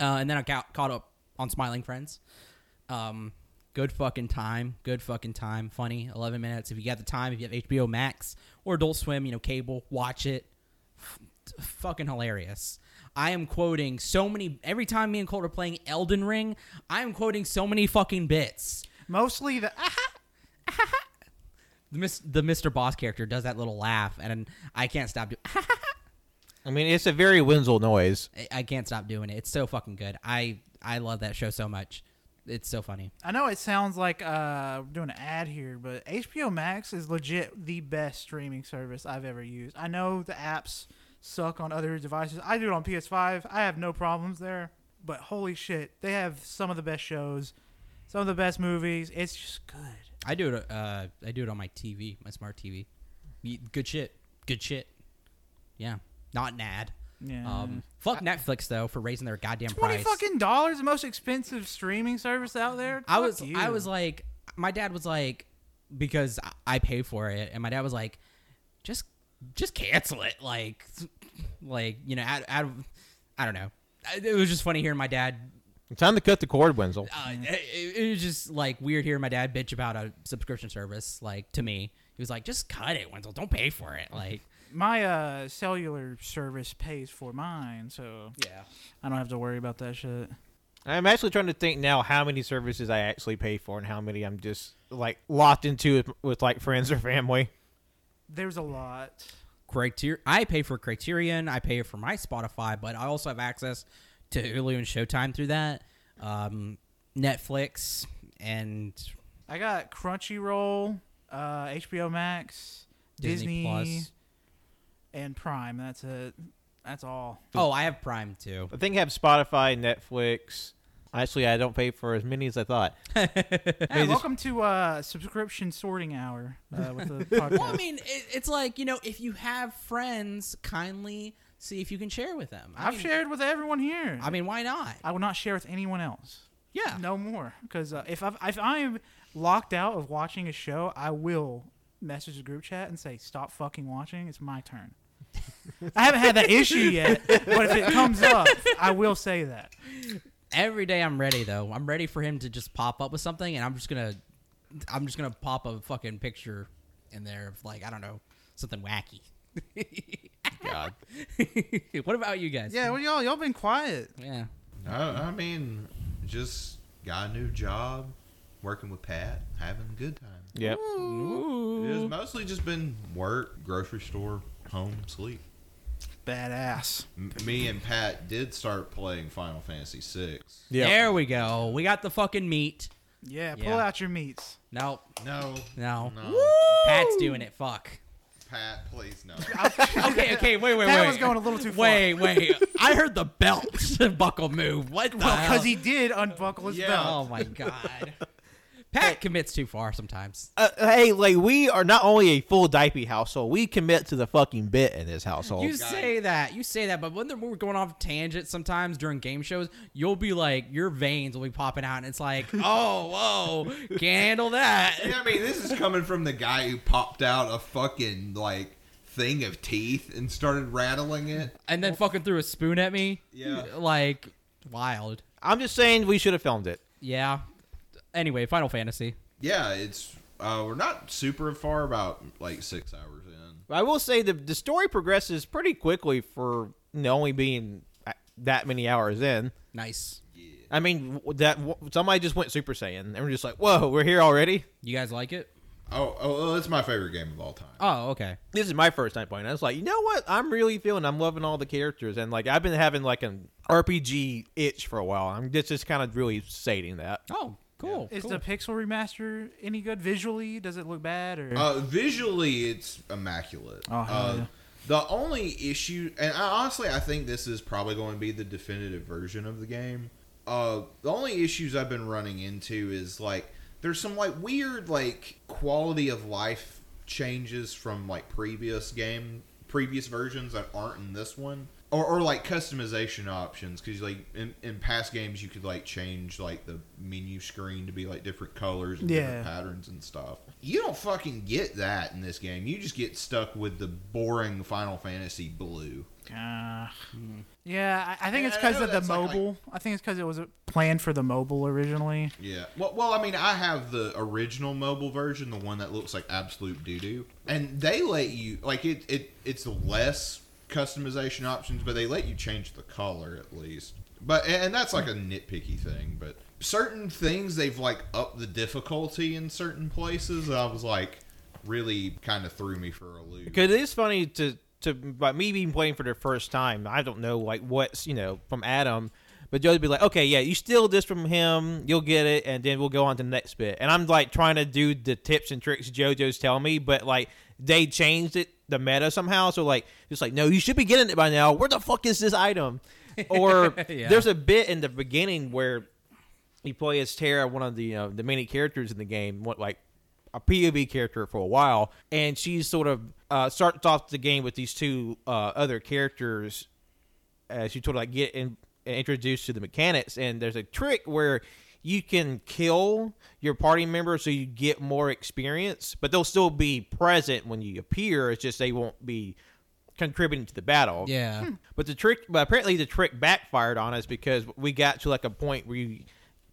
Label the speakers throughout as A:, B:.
A: uh, and then I got caught up on Smiling Friends. Um, good fucking time. Good fucking time. Funny. Eleven minutes. If you got the time, if you have HBO Max or Adult Swim, you know cable, watch it. F- fucking hilarious. I am quoting so many every time me and Colt are playing Elden Ring. I am quoting so many fucking bits.
B: Mostly the ah,
A: The, mis- the Mr. Boss character does that little laugh, and I can't stop doing.
C: I mean, it's a very Winslow noise.
A: I- I can't stop doing it. It's so fucking good. I I love that show so much. It's so funny.
B: I know it sounds like uh, we're doing an ad here, but HBO Max is legit the best streaming service I've ever used. I know the apps suck on other devices. I do it on PS5. I have no problems there. But holy shit, they have some of the best shows, some of the best movies. It's just good.
A: I do it. Uh, I do it on my TV, my smart TV. Y- Good shit. Good shit. Yeah, not an ad.
B: Yeah.
A: Um, fuck Netflix though for raising their goddamn
B: Twenty
A: price.
B: fucking dollars, the most expensive streaming service out there.
A: I
B: Fuck
A: was
B: you.
A: I was like, my dad was like, because I- I pay for it, and my dad was like, just just cancel it, like like you know, out out of I don't know. I- It was just funny hearing my dad
C: It's time to cut the cord, Winslow.
A: uh, it, it was just like weird hearing my dad bitch about a subscription service like to me he was like just cut it wenzel don't pay for it like
B: my uh, cellular service pays for mine, so
A: yeah
B: I don't have to worry about that shit.
C: I'm actually trying to think now how many services I actually pay for and how many I'm just like locked into with, with like friends or family.
B: There's a lot.
A: criteria i pay for criterion i pay for my spotify but i also have access to hulu and showtime through that um, netflix and
B: I got Crunchyroll, uh, HBO Max, Disney,
A: disney, plus
B: and Prime. That's it. That's all.
A: oh i have prime too
C: I think I have Spotify, Netflix. Actually, I don't pay for as many as I thought.
B: Hey,
C: just-
B: welcome to uh, subscription sorting hour uh, with the podcast.
A: well i mean it, it's like you know if you have friends kindly see if you can share with them I
B: I've
A: mean-
B: shared with everyone here.
A: i mean why not
B: I will not share with anyone else.
A: yeah
B: No more, because uh, if I if I'm locked out of watching a show, I will message the group chat and say, "Stop fucking watching. It's my turn." I haven't had that issue yet, but if it comes up, I will say that.
A: every day I'm ready though. I'm ready for him to just pop up with something, and I'm just gonna, I'm just gonna pop a fucking picture in there of like I don't know something wacky.
C: God.
A: what about you guys?
B: Yeah, well, y'all y'all been quiet.
A: yeah.
D: I, I mean, just got a new job, working with Pat, having a good time.
C: Yep.
D: It's mostly just been work, grocery store, home, sleep.
B: Badass.
D: M- me and Pat did start playing Final Fantasy VI.
C: Yep.
A: There we go. We got the fucking meat.
B: Yeah, pull
A: Yeah.
B: out your meats.
A: Nope.
D: No,
A: No.
D: No.
A: Pat's doing it. Fuck.
D: Pat, please no.
A: Okay. Okay. Wait. Wait.
B: That
A: wait.
B: was going a little too far.
A: Wait. Wait. I heard the belt buckle move. What the
B: Well,
A: hell?
B: because he did unbuckle his
D: Yeah.
B: belt.
A: Oh my god. Pat commits too far sometimes.
C: Uh, hey, like we are not only a full diapy household, we commit to the fucking bit in this
D: Oh,
C: household.
A: You say that, you say that, but when they're- when we're going off tangent sometimes during game shows, you'll be like, your veins will be popping out, and it's like, oh, whoa, can't handle that.
D: Yeah, I mean, this is coming from the guy who popped out a fucking like thing of teeth and started rattling it.
A: And then fucking threw a spoon at me.
D: Yeah.
A: Like, wild.
C: I'm just saying we should have filmed it.
A: Yeah. Anyway, Final Fantasy.
D: Yeah, it's uh, we're not super far, about like six hours in.
C: I will say the the story progresses pretty quickly for you know, only being uh, that many hours in.
A: Nice.
C: I mean w- that w- somebody just went Super Saiyan and we're just like, whoa, we're here already.
A: You guys like it?
D: Oh, oh, oh, it's my favorite game of all time.
A: Oh, okay.
C: This is my first time playing. I was like, you know what? I'm really feeling. I'm loving all the characters and like I've been having like an RPG itch for a while. I'm just just kind of really stating that.
A: Oh, cool.
B: Is
A: cool.
B: the pixel remaster any good visually? Does it look bad or?
D: Uh, visually, it's immaculate.
B: Oh, hell
D: uh,
B: yeah.
D: The only issue, and I, honestly, I think this is probably going to be the definitive version of the game. Uh, the only issues I've been running into is like there's some like weird like quality of life changes from like previous game previous versions that aren't in this one, or, or like customization options. Because like in, in past games, you could like change like the menu screen to be like different colors and
B: Yeah.
D: different patterns and stuff. You don't fucking get that in this game. You just get stuck with the boring Final Fantasy blue.
B: Uh, yeah, I, I think
D: And
B: it's
D: I
B: because
D: know
B: of the
D: that's like- like-
B: mobile. I think it's because it was planned for the mobile originally.
D: Yeah. Well, well, I mean, I have the original mobile version, the one that looks like absolute doo doo, and they let you like it. It it's less customization options, but they let you change the color at least. But and and that's like a nitpicky thing, but certain things they've like upped the difficulty in certain places. I was like, really kind of threw me for a loop.
C: Because it is funny to to by me being playing for the first time. I don't know like what's you know from Adam, but Joe'd be like, okay, yeah, you steal this from him, you'll get it, and then we'll go on to the next bit. And I'm like trying to do the tips and tricks JoJo's telling me, but like they changed it the meta somehow. So like it's like no, you should be getting it by now. Where the fuck is this item? Or
A: Yeah.
C: there's a bit in the beginning where you play as Tara, one of the you know, the main characters in the game, what like a POV character for a while, and she sort of uh, starts off the game with these two uh, other characters. Uh, she sort of like get in, introduced to the mechanics, and there's a trick where you can kill your party member so you get more experience, but they'll still be present when you appear. It's just they won't be contributing to the battle.
A: Yeah.
D: Hmm.
C: But the trick, but apparently the trick backfired on us because we got to like a point where you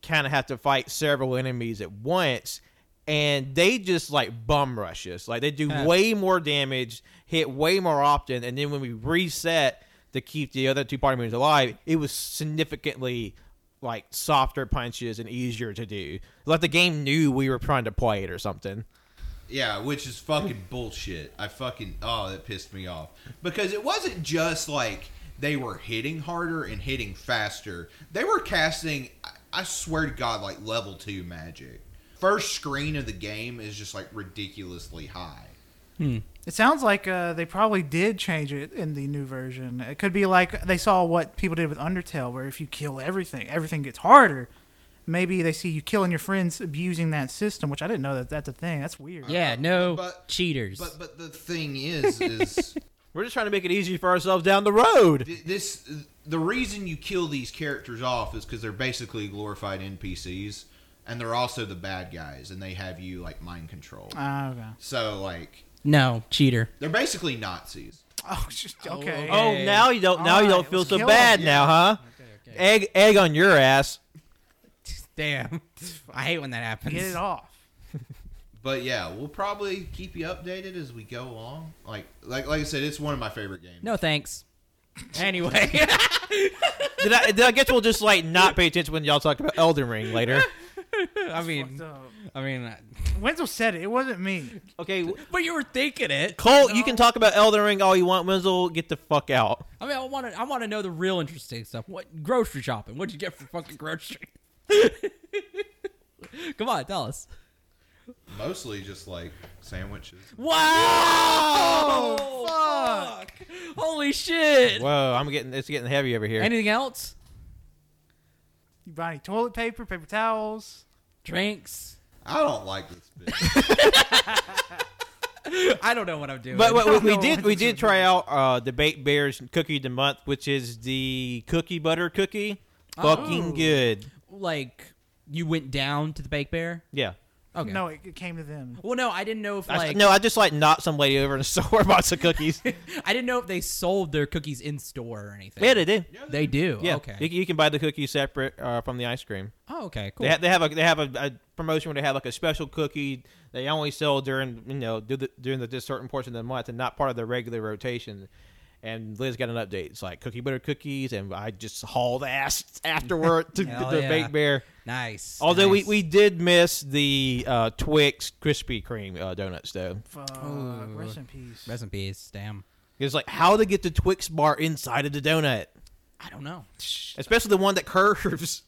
C: kind of have to fight several enemies at once, and they just like bum rush us. Like they do way more damage, hit way more often, and then when we reset to keep the other two party members alive, it was significantly like softer punches and easier to do. Like the game knew we were trying to play it or something.
D: Yeah, which is fucking bullshit. I fucking oh, that pissed me off because it wasn't just like they were hitting harder and hitting faster. They were casting. I- I swear to God, like level two magic. First screen of the game is just like ridiculously high.
B: It sounds like uh, they probably did change it in the new version. It could be like they saw what people did with Undertale, where if you kill everything, everything gets harder. Maybe they see you killing your friends abusing that system, which I didn't know that that's a thing. That's weird.
A: Yeah, no
D: Uh, But-
A: cheaters.
D: But but the thing is, is
C: We're just trying to make it easy for ourselves down the road.
D: th- this the reason you kill these characters off is because they're basically glorified NPCs, and they're also the bad guys, and they have you like mind control.
B: Ah, okay.
D: So like
A: no, cheater.
D: they're basically Nazis.
B: Oh, just, okay.
A: okay.
C: Oh, now you don't. Now you don't
B: Alright,
C: feel
B: let's
C: so
B: kill
C: bad
B: him.
C: now, huh? Egg, egg on your ass.
A: Damn. I hate when that happens.
B: Get it off.
D: But yeah, we'll probably keep you updated as we go along. Like like like I said, it's one of my favorite games.
A: No thanks. Anyway.
C: Did I? Did I guess we'll just like not pay attention when y'all talk about Elden Ring later?
A: I mean,
B: So,
A: I mean, I-
B: Wenzel said it. It wasn't me.
C: Okay,
A: but you were thinking it.
C: Cole, you can talk about Elden Ring all you want, Wenzel. Get the fuck out.
A: I mean, I want to. I want to know the real interesting stuff. What grocery shopping? What'd you get for fucking grocery? Come on, tell us.
D: Mostly just like sandwiches.
A: Wow! fuck! Holy shit!
C: Whoa, I'm getting. It's getting heavy over here.
A: Anything else?
B: You buy any toilet paper, paper towels?
A: Drinks?
D: I don't like this bit.
A: I don't know what I'm doing.
C: but
B: I
C: what
B: don't
C: we
B: know
C: did
B: what
C: we
B: this
C: did
B: is.
C: try out uh, the Bait Bears Cookie of the Month, which is the cookie butter cookie.
A: Oh.
C: Fucking good.
A: like, you went down to the Bake Bear?
C: Yeah.
A: Okay.
B: No, it, it came to them.
A: Well, no, I didn't know if
C: I-
A: like
C: no, I just like knocked some lady over and stole her box of cookies.
A: I didn't know if they sold their cookies in store or anything.
C: yeah, they did.
A: They do.
C: Yeah.
A: Okay.
C: You, you can buy the cookies separate uh, from the ice cream.
A: oh, okay. Cool.
C: They have, they have a they have a, a promotion where they have like a special cookie they only sell during you know do the, during the this certain portion of the month and not part of the regular rotation. And Liz got an update. It's like cookie butter cookies, and I just hauled ass afterward to
A: Hell
C: the
A: yeah.
C: Bake Bear.
A: nice.
C: Although
A: nice.
C: we, we did miss the uh, Twix Krispy Kreme uh, donuts though.
B: Fuck.
A: Ooh.
B: Rest in peace.
A: rest in peace. Damn.
C: It's like how to get the Twix bar inside of the donut,
A: I don't know.
C: especially the one that curves.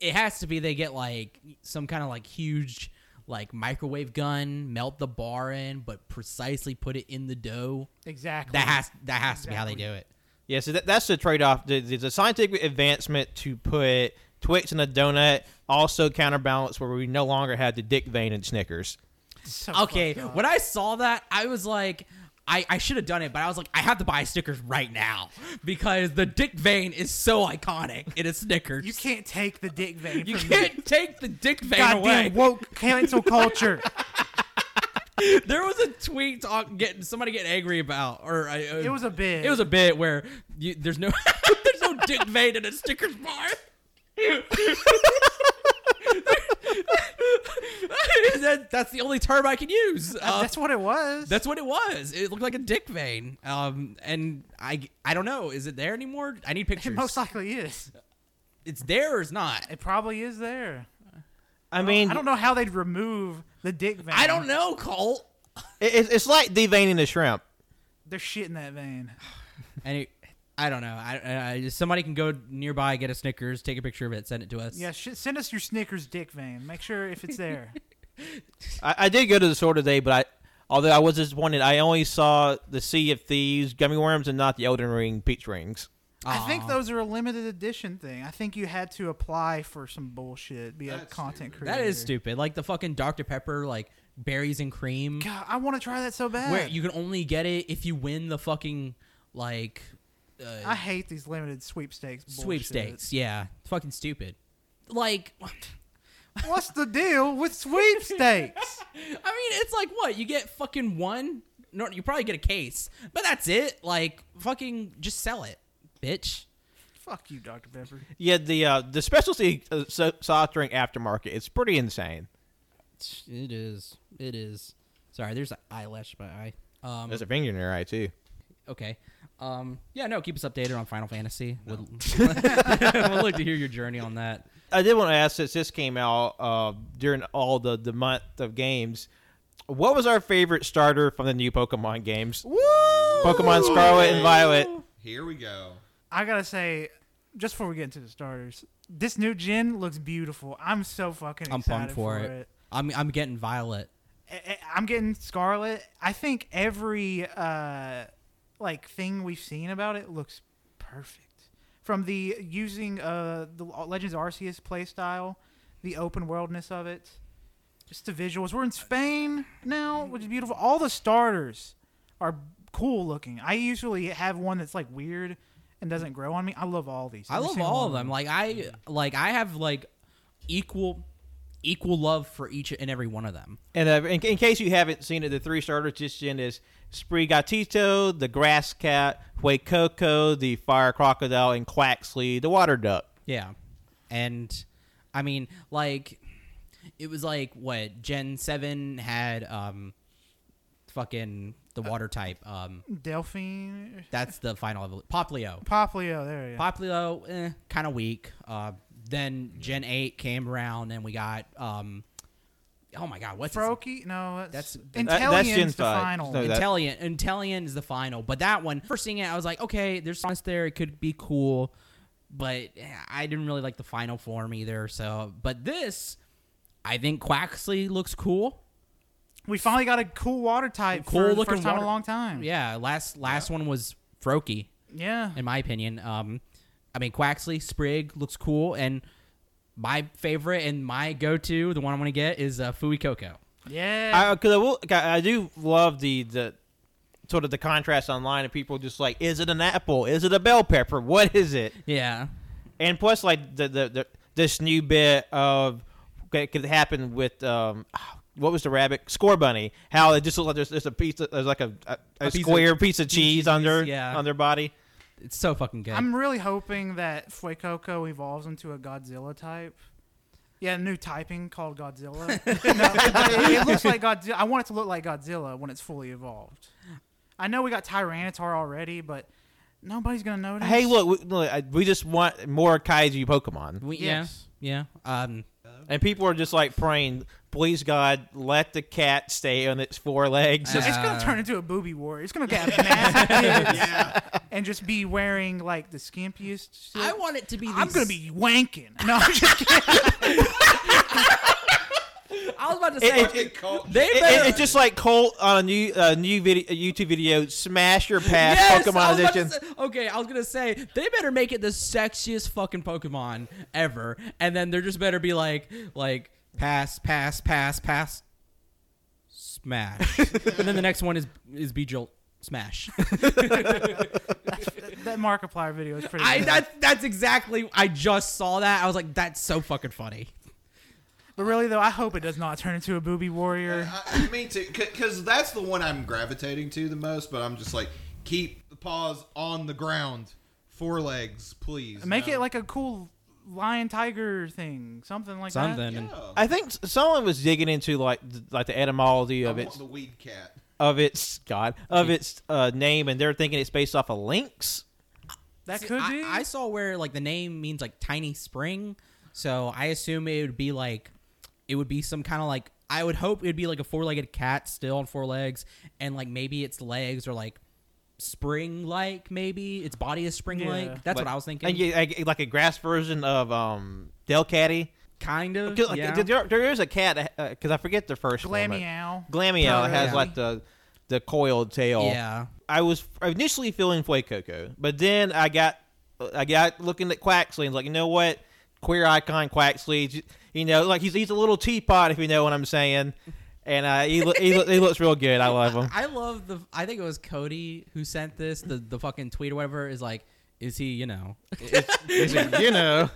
A: It has to be they get like some kind of like huge like microwave gun, melt the bar in, but precisely put it in the dough.
B: Exactly.
A: That has that has to be how they do it.
C: Yeah, so that, that's the trade-off. The, the, the scientific advancement to put Twix in a donut also counterbalanced where we no longer had the dick vein in Snickers.
B: So
A: Okay,
B: fucked up.
A: when I saw that, I was like, I, I should have done it, but I was like, I have to buy Snickers right now because the dick vein is so iconic in a Snickers.
B: You can't take the dick vein.
A: You
B: from
A: can't take the dick
B: me.
A: vein away.
B: Goddamn woke cancel culture.
A: There was a tweet talk, getting somebody getting angry about, or I, uh,
B: It was a bit.
A: It was a bit where you, there's no there's no dick vein in a Snickers bar. That- that's the only term I can use. Uh,
B: That's what it was.
A: that's what it was. It looked like a dick vein. Um, and I I don't know. Is it there anymore? I need
B: it
A: pictures.
B: most likely is.
A: it's there or it's not.
B: It probably is there.
C: I mean,
B: I don't know how they'd remove the dick vein.
A: I don't know, Colt.
C: it- it's, it's like deveining a shrimp.
B: They're shit in that vein.
A: And it, I don't know. I, I somebody can go nearby, get a Snickers, take a picture of it, send it to us.
B: Yeah, sh- send us your Snickers dick vein. Make sure if it's there.
C: I, I did go to the store today, but I although I was disappointed, I only saw the Sea of Thieves gummy worms and not the Elden Ring peach rings.
B: I think
A: Aw.
B: those are a limited edition thing. I think you had to apply for some bullshit, be a
D: That's
B: content creator.
A: That is stupid. Like the fucking Dr. Pepper, like berries and cream,
B: God, I want to try that so bad.
A: where you can only get it if you win the fucking like uh,
B: I hate these limited sweepstakes. Bullshit.
A: sweepstakes. Yeah, fucking stupid. Like, I
B: What's the deal with sweepstakes?
A: mean, it's like what you get fucking one. No, you probably get a case, but that's it. Like, fucking, just sell it, bitch.
B: Fuck you, Dr. Pepper.
C: Yeah, the uh, the specialty uh, so- soft drink aftermarket. It's pretty insane.
A: It is. It is. Sorry, there's an eyelash by eye. Um,
C: There's a finger in your eye too.
A: okay. Um, yeah, no, keep us updated on Final Fantasy. Would, would like to hear your journey on that.
C: I did want to ask since this came out uh, during all the the month of games. What was our favorite starter from the new Pokemon games?
B: Woo!
C: Pokemon Scarlet and Violet.
D: Here we go.
B: I gotta say, just before we get into the starters, this new gin looks beautiful. I'm so fucking
A: I'm
B: excited
A: pumped for, it. I'm I'm getting Violet.
B: I- I- I'm getting Scarlet. I think every uh, like thing we've seen about it looks perfect. From the using uh, the Legends of Arceus playstyle, the open worldness of it, just the visuals. We're in Spain now, which is beautiful. All the starters are cool looking. I usually have one that's like weird and doesn't grow on me. I love all these.
A: I
B: Every
A: love
B: single
A: all of
B: one.
A: them. Like I like I have like equal equal love for each and every one of them.
C: And uh, in, in case you haven't seen it, the three starters just in is Sprigatito, the grass cat, Huecoco, the fire crocodile, and Quaxley, the water duck.
A: Yeah. And I mean like it was like what Gen 7 had um fucking the water type um
B: Delphine,
A: that's the final evol- Poplio.
B: Poplio. There you go.
A: Populo, eh, kind of weak. Uh, then Gen Eight came around, and we got um, oh my god, what's his
B: Froakie? No, that's,
A: That's-
B: Intellian's
C: That- that's Gen
B: the
C: five.
B: final.
C: No, that-
A: Intellian? Intellian is the final, but that one first seeing it, I was like, okay, there's science there. It could be cool, but eh, I didn't really like the final form either. So, but this, I think Quaxley looks cool.
B: We finally got a cool water type
A: Cool
B: for the
A: looking
B: first time in
A: water-
B: a long time.
A: Yeah, last last one was Froakie.
B: Yeah.
A: in my opinion. Um, I mean, Quaxley Sprig looks cool, and my favorite and my go-to, the one I want to get, is uh, Fui Coco.
B: Yeah.
C: I, cause I, will, I do love the, the sort of the contrast online of people just like, is it an apple? Is it a bell pepper? What is it?
A: Yeah,
C: And plus, like the, the, the this new bit of that could happen with um, what was the rabbit score bunny? How it just looks like there's, there's a piece, of, there's like a, a, a,
A: A piece of-
C: square piece of cheese on their
A: yeah.
C: on their body.
A: it's so fucking good.
B: I, am really hoping that Fuecoco evolves into a Godzilla type. Yeah, new typing called Godzilla. no, it, it looks like Godzilla. I want it to look like Godzilla when it's fully evolved. I know we got Tyranitar already, but nobody's gonna notice.
C: Hey, look, we, look, I- we just want more kaiju Pokemon,
A: we,
B: yes.
A: Yeah, yeah. Um,
C: and people are just like praying, please God, let the cat stay on its four legs.
B: So it's gonna
A: Uh,
B: turn into a booby war. It's gonna get massive tits
D: Yeah.
B: and just be wearing like the skimpiest. Shit.
A: I want it to be. These,
B: I'm gonna be wanking. No, I'm just kidding.
A: I was about to say.
C: It-
D: Fucking cult.
A: they
C: It-
A: better-
C: it- it's just like Colt on a new uh, new video, a YouTube video, smash your past
A: Yes, I
C: Pokemon
A: was about to
C: edition.
A: say- okay, I was gonna say they better make it the sexiest fucking Pokemon ever, and then there just better be like, like pass, pass, pass, pass, smash, and then the next one is is Bejolt, Smash.
B: That, that Markiplier video is pretty.
A: I
B: good.
A: that, that's exactly. I just saw that. I was like, that's so fucking funny.
B: but really though, I hope it does not turn into a booby warrior.
D: I, I mean, too, because that's the one I'm gravitating to the most. But I'm just like, keep the paws on the ground, forelegs, please.
B: Make
D: No.
B: it like a cool lion tiger thing, something like that.
A: Something.
D: Yeah.
A: And
C: I think s- someone was digging into like th- like the etymology
D: I
C: of
D: want
C: its
D: the weed cat.
C: of its God of its uh, name, and they're thinking it's based off a lynx.
B: That
A: See,
B: could
A: I,
B: be.
A: I saw where like the name means like tiny spring, so I assume it would be like it would be some kind of like I would hope it would be like a four-legged cat still on four legs, and like maybe its legs are like spring-like. Maybe its body is spring-like.
B: Yeah.
A: That's
C: Like-
A: what I was thinking.
C: Like, yeah, like- like a grass version of um, Delcatty.
A: Kind of.
C: Like,
A: Mm, yeah.
C: there, there is a cat because I forget the first one. but-
B: Glammeow.
C: Glammeow has
A: Yeah.
C: like the the coiled tail.
A: Yeah.
C: I was initially feeling Flake Coco, but then I got I got looking at Quaxley and was like, you know what? Queer icon Quaxley, j- you know, like he's he's a little teapot if you know what I'm saying. And uh, he, lo- he, lo- he looks real good. I love him.
A: I love the. I think it was Cody who sent this. The the fucking tweet or whatever is like, is he? You know,
C: He's like, you know,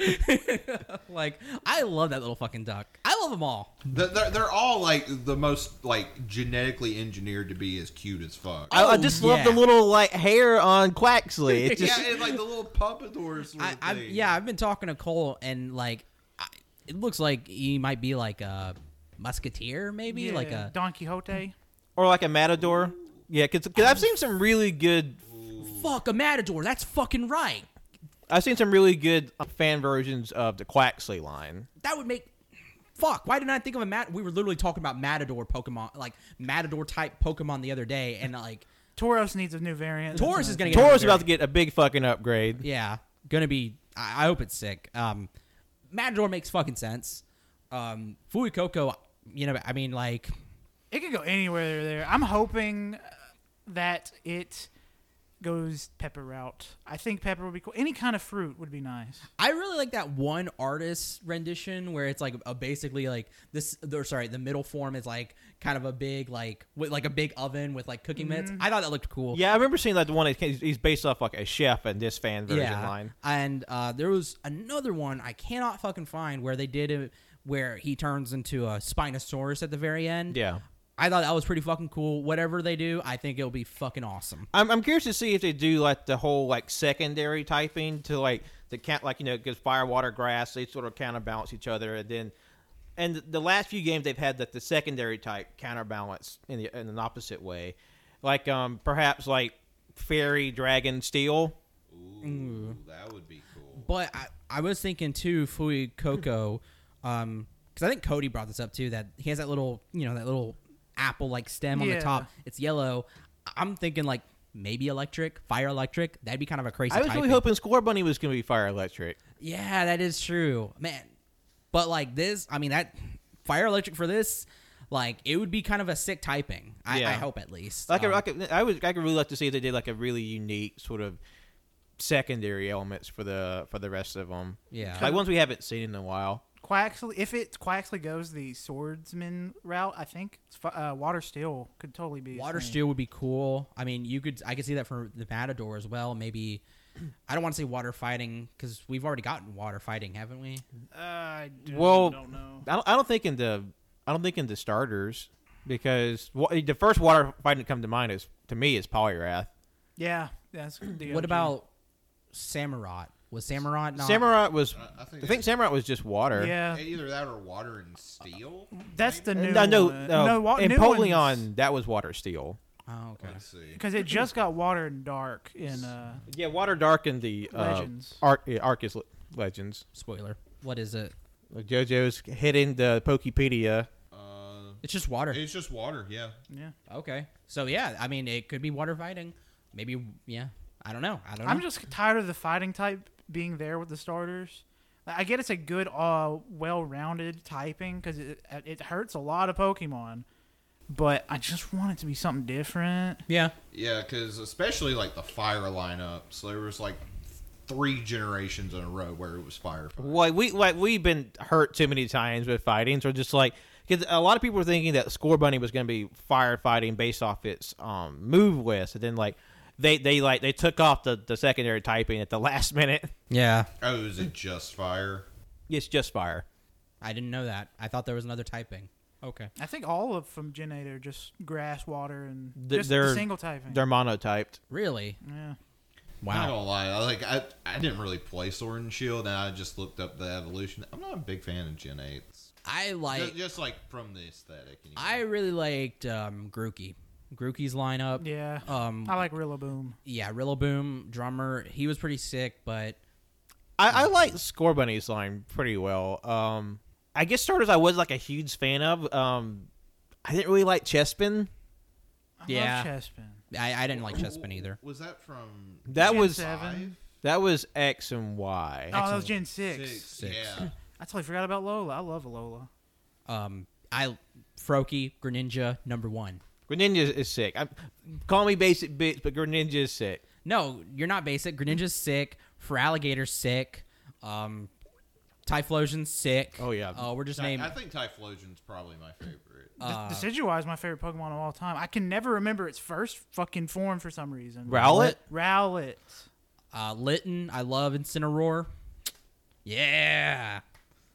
A: like I love that little fucking duck. I love them all.
D: They're, they're, they're all like the most like genetically engineered to be as cute as fuck.
C: I, I
A: Oh,
C: just love
A: yeah.
C: the little like hair on Quaxley. It's just
D: yeah, and like the little pompadour sort
A: I,
D: of
A: I
D: thing.
A: yeah, I've been talking to Cole and like, I, it looks like he might be like a musketeer, maybe
B: Yeah,
A: like a
B: Don Quixote.
C: or like a matador. Yeah, because I've seen some really good
A: fuck a matador. That's fucking right.
C: I've seen some really good uh, fan versions of the Quaxley line.
A: That would make. Fuck! Why didn't I think of a mat? We were literally talking about matador Pokemon, like matador type Pokemon the other day, and like
B: Tauros needs a new variant.
A: Taurus is gonna get.
C: Toro's
A: another
C: about to get a big fucking upgrade.
A: Yeah, gonna be. I, I hope it's sick. Um, Matador makes fucking sense. Um, Fuecoco, you know, I mean, like,
B: It could go anywhere there. I'm hoping uh, that it goes pepper route. I think pepper would be cool. Any kind of fruit would be nice.
A: I really like that one artist rendition where it's like a basically like this. Or sorry, the middle form is like kind of a big like with like a big oven with like cooking mitts. I thought that looked cool.
C: Mm-hmm. Yeah, I remember seeing like the one that he's he's based off like a chef in this fan version line.
A: And uh, there was another one I cannot fucking find where they did it where he turns into a Spinosaurus at the very end.
C: Yeah.
A: I thought that was pretty fucking cool. Whatever they do, I think it'll be fucking awesome.
C: I'm, I'm curious to see if they do like the whole like secondary typing to like the count like you know because fire water grass they sort of counterbalance each other and then and the last few games they've had that the secondary type counterbalance in the in an opposite way like um perhaps like fairy dragon steel
A: Mm.
D: Ooh, that would be cool.
A: But I, I was thinking too, Fui Coco, um, because I think Cody brought this up too that he has that little, you know, that little apple like stem on
B: Yeah.
A: the top. It's yellow. I'm thinking like maybe electric, fire electric. That'd be kind of a crazy.
C: I was
A: typing.
C: really hoping Score Bunny was going to be fire electric.
A: Yeah, that is true, man. But like this, I mean that fire electric for this, like it would be kind of a sick typing. I, I
C: Yeah.
A: hope at least.
C: Like,
A: Um,
C: a, like a, I would, I could really like to see if they did like a really unique sort of secondary elements for the for the rest of them.
A: Yeah.
C: like ones we haven't seen in a while.
B: Quaxley, if it Quaxley goes the swordsman route, I think it's fu- uh, water steel could totally be his
A: water
B: thing.
A: steel would be cool. I mean, you could I could see that for the matador as well. Maybe I don't want to say water fighting because we've already gotten water fighting, haven't we?
B: Uh, I do,
C: Well-
B: don't know.
C: I don't, I don't think in the I don't think in the starters because wa- the first water fighting that come to mind is to me is Polyrath.
B: Yeah, that's the
A: What
B: OG.
A: about Samurott? Was Samurott not?
C: Samurai was
D: I- I
C: I
D: think
C: think,
D: it's-
C: Samurai was just water. Uh,
B: Yeah,
D: Either that or water and steel.
B: that's the new.
C: No, no,
B: one.
C: no.
B: no wa-
C: in
B: new
C: Napoleon, that was water steel.
A: Oh, okay.
D: Let's see.
B: because it just got water and dark in. Uh,
C: Yeah, water darkened the uh,
B: Legends.
C: Ar- yeah, Arceus le- legends.
A: Spoiler. What is it?
C: Like, JoJo's hitting the Pokepedia.
D: Uh,
A: It's just water.
D: it's just water. Yeah.
B: yeah,
A: Okay. So yeah, I mean, it could be water fighting. Maybe yeah. I don't know. I don't know.
B: I'm just tired of the fighting type being there with the starters. Like, I get it's a good, uh, well-rounded typing because it uh, it hurts a lot of Pokemon, but I just want it to be something different.
A: yeah.
D: Yeah, because especially like the fire lineup. So there was like three generations in a row where it was fire.
C: Like we like we've been hurt too many times with fighting, so just like because a lot of people were thinking that Score Bunny was going to be firefighting based off its um, move list, and then like they they like they took off the, the secondary typing at the last minute.
A: Yeah,
D: Oh, is it just fire?
C: It's just fire.
A: I didn't know that. I thought there was another typing. Okay.
B: I think all of from Gen 8 are just grass, water, and
C: Th-
B: just
C: they're-
B: the single typing.
C: They're monotyped.
A: Really?
B: Yeah.
D: I
A: Wow.
D: don't lie. I like I I didn't really play Sword and Shield, and I just looked up the evolution. I'm not a big fan of Gen Eights.
A: I
D: Ju-
A: like.
D: Just, like from the aesthetic. anyway.
A: I really liked um, Grookey. Grookey's lineup.
B: Yeah.
A: Um.
B: I like Rillaboom.
A: yeah. Rillaboom, drummer. He was pretty sick, but
C: I, I like Score Bunny's line pretty well. Um, I guess starters I was like a huge fan of. Um, I didn't really like Chespin.
B: I
A: Yeah.
B: love Chespin.
A: I, I didn't like Chespin either.
D: Was that from
C: That
B: Gen
C: was
B: seven.
C: that was X and Y.
B: Oh, that was Gen 6.
D: Six?
A: Six.
D: Yeah.
B: I totally forgot about Lola. I love Lola.
A: Um. I Froakie, Greninja, number one.
C: Greninja is- is sick. I'm, call me basic bitch, but Greninja is sick.
A: No, you're not basic. Greninja's sick. Fralligator's sick. Um, Typhlosion's sick.
C: Oh, yeah.
A: Oh, we're just
D: Ty-
A: naming.
D: I think Typhlosion's probably my favorite.
B: De- Decidueye is my favorite Pokemon of all time. I can never remember its first fucking form for some reason.
C: Rowlet?
B: Rowlet.
A: Uh, Litten, I love Incineroar. Yeah.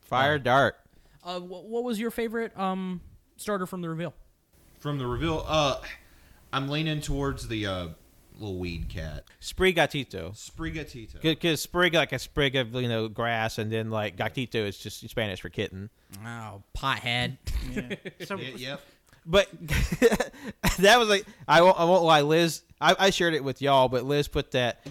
C: Fire Dart.
A: Uh, wh- what was your favorite um starter from the reveal?
D: From the reveal, uh, I'm leaning towards the uh, little weed cat,
C: Sprigatito.
D: Sprigatito.
C: Because sprig like a sprig of you know grass, and then like gatito is just Spanish for kitten.
A: Oh, pothead.
B: Yeah. So
D: Yeah, yep.
C: But that was like I won't, I won't lie, Liz. I, I shared it with y'all, but Liz put that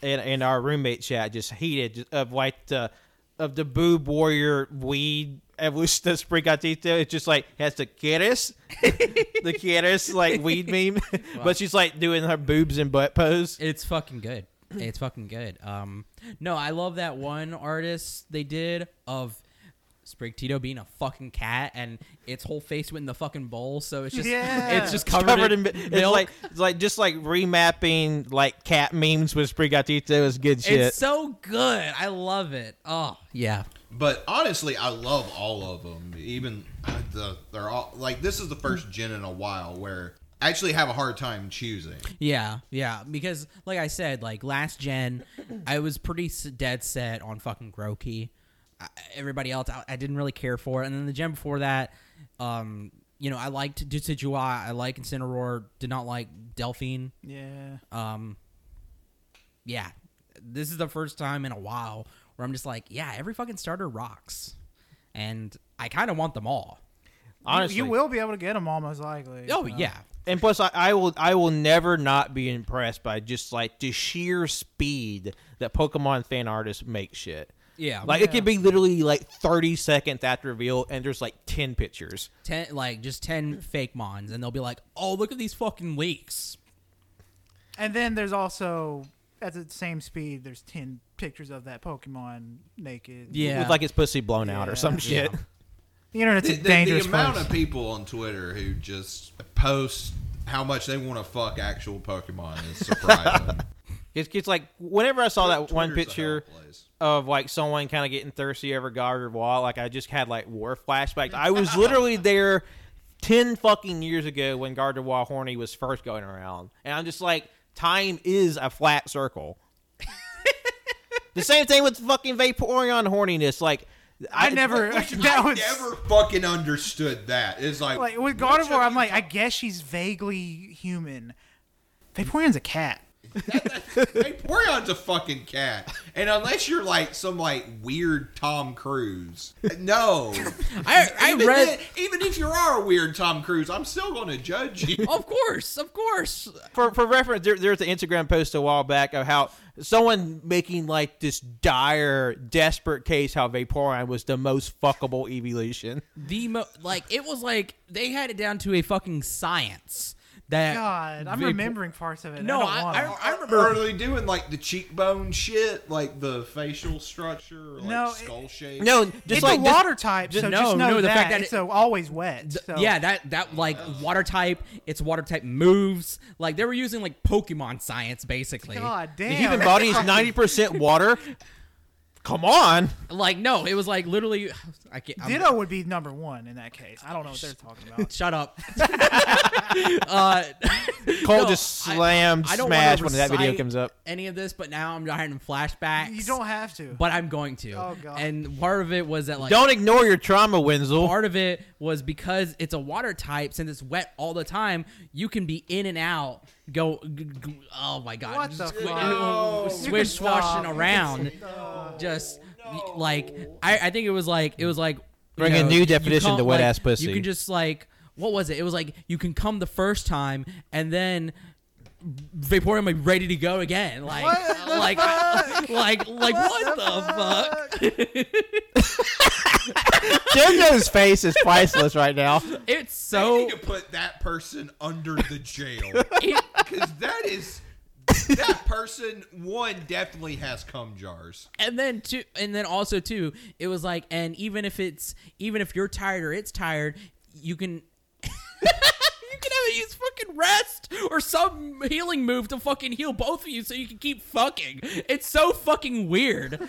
C: in in our roommate chat, just heated just of like the of the boob warrior weed evolution of Sprigatito. It's just like has the quieres, the quieres like weed meme, but she's like doing her boobs and butt pose.
A: it's fucking good. It's fucking good. Um, no, I love that one artist they did of Sprigtito being a fucking cat and its whole face went in the fucking bowl, so it's just
B: Yeah.
A: it's just
C: It's
A: covered, in,
C: mi-
A: milk.
C: It's like it's like just like remapping like cat memes with Sprigatito is good shit.
A: It's so good. I love it. Oh yeah.
D: But honestly, I love all of them. Even uh, the they're all like this is the first gen in a while where I actually have a hard time choosing.
A: Yeah, yeah. Because like I said, like last gen, I was pretty s- dead set on fucking Grokey. I, everybody else, I, I didn't really care for. And then the gen before that, um, you know, I liked Decidueye. I like Incineroar. Did not like Delphine.
B: yeah.
A: Um, yeah, this is the first time in a while where I'm just like, yeah, every fucking starter rocks, and I kind of want them all.
C: Honestly,
B: you, you will be able to get them all most likely.
A: Oh
B: Uh,
A: yeah,
C: And plus, I, I will I will never not be impressed by just like the sheer speed that Pokemon fan artists make shit.
A: yeah.
C: Like it could be literally like thirty seconds after reveal, and there's like ten pictures.
A: ten like just ten fake mons and they'll be like oh look at these fucking leaks
B: And then there's also at the same speed. There's ten pictures of that Pokemon naked.
A: yeah
C: with like its pussy blown out or
B: Yeah.
C: some shit.
B: The internet's
D: The,
B: a
D: the- the
B: dangerous
D: amount
B: place.
D: of people on Twitter who just post how much they want to fuck actual Pokemon is surprising.
C: It's, it's like whenever I saw that one
D: Twitter's a hell
C: picture
D: of a place.
C: of like someone kind of getting thirsty over Gary Wall, like I just had like war flashbacks. I was literally there ten fucking years ago when Gardevoir Horny was first going around, and I'm just like, time is a flat circle. the same thing with fucking Vaporeon horniness. Like
B: I never.
D: Which
B: that
D: I
B: was
D: never fucking understood that. It's like,
B: like with
D: what
B: Gardevoir.
D: have
B: I'm
D: you
B: like,
D: done?
B: I guess she's vaguely human. Vaporeon's a cat.
D: Hey, Porygon's a fucking cat. And unless you're like some like weird Tom Cruise, no.
A: i, I
D: even,
A: read
D: then- even if you are a weird Tom Cruise, I'm still going to judge you.
A: of course of course
C: for, for reference, there, there's an Instagram post a while back of how someone making like this dire, desperate case how Vaporeon was the most fuckable evolution.
A: the mo- like it was like they had it down to a fucking science that
B: God, I'm
A: Vapo-
B: remembering parts of it.
A: No,
B: I, don't
A: I-
B: want
A: I-
B: it.
D: I remember really doing like the cheekbone shit, like the facial structure, or, like
B: No, it-
D: skull shape.
C: No,
B: it's
C: just like
B: a
C: just-
B: water type,
A: just-
B: so
A: no,
B: just know
A: no, the
B: that,
A: fact that
B: it's
A: it-
B: uh, always wet.
A: th-
B: so.
A: yeah that that like water type its water type moves like they were using like pokemon science basically
B: God
C: The
B: damn.
C: human body is ninety percent water. Come on.
A: Like no, it was like literally. I can't. I'm-
B: Ditto would be number one in that case. I don't know what they're talking about.
A: Shut up. uh,
C: Cole
A: no,
C: just
A: I-
C: slammed
A: I don't wanna
C: Smash when that video
A: recite
C: comes up.
A: Any of this, but now I'm having flashbacks.
B: You don't have to.
A: but I'm going to.
B: Oh, God.
A: And part of it was that like
C: Don't ignore your trauma, Wenzel.
A: part of it was because it's a water type since it's wet all the time you can be in and out go g- g- oh my god
B: What
A: just
B: the
A: squi-
B: fuck?
D: No.
B: You
A: swish
B: can stop.
A: swashing
B: You can
A: around
B: stop.
A: just
D: No.
A: like I, I think it was like it was like you
C: Bring a
A: know,
C: new
A: you
C: definition
A: come-
C: to wet
A: like,
C: ass pussy.
A: you can just like what was it it was like you can come the first time and then Vaporeon be ready to go again like
B: What the
A: like like like what, the fuck?
C: Jojo's face is priceless right now.
A: it's
D: They
A: so
D: need to put that person under the jail
A: it-
D: because that is that person one definitely has cum jars.
A: and then too and then also too it was like and even if it's even if you're tired or it's tired you can you can have it use fucking rest or some healing move to fucking heal both of you so you can keep fucking it's so fucking weird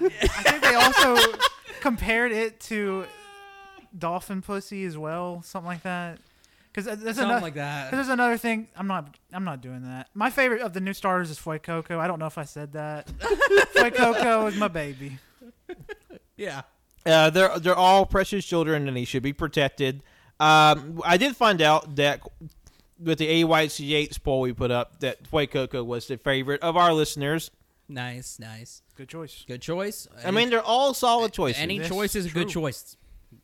B: I think they also compared it to dolphin pussy as well, something like that. uh, Because there's
A: Something
B: another
A: like that.
B: 'cause there's another thing. I'm not. I'm not doing that. My favorite of the new stars is Foy Coco. I don't know if I said that. Foy Coco is my baby.
A: yeah
C: Uh, they're they're all precious children, and they should be protected. Um, I did find out that with the AYCH poll we put up, that White Coco was the favorite of our listeners.
A: nice nice
B: Good choice.
A: good choice
C: I mean, they're all solid choices,
A: any
B: That's
A: choice is a good
B: true.
A: choice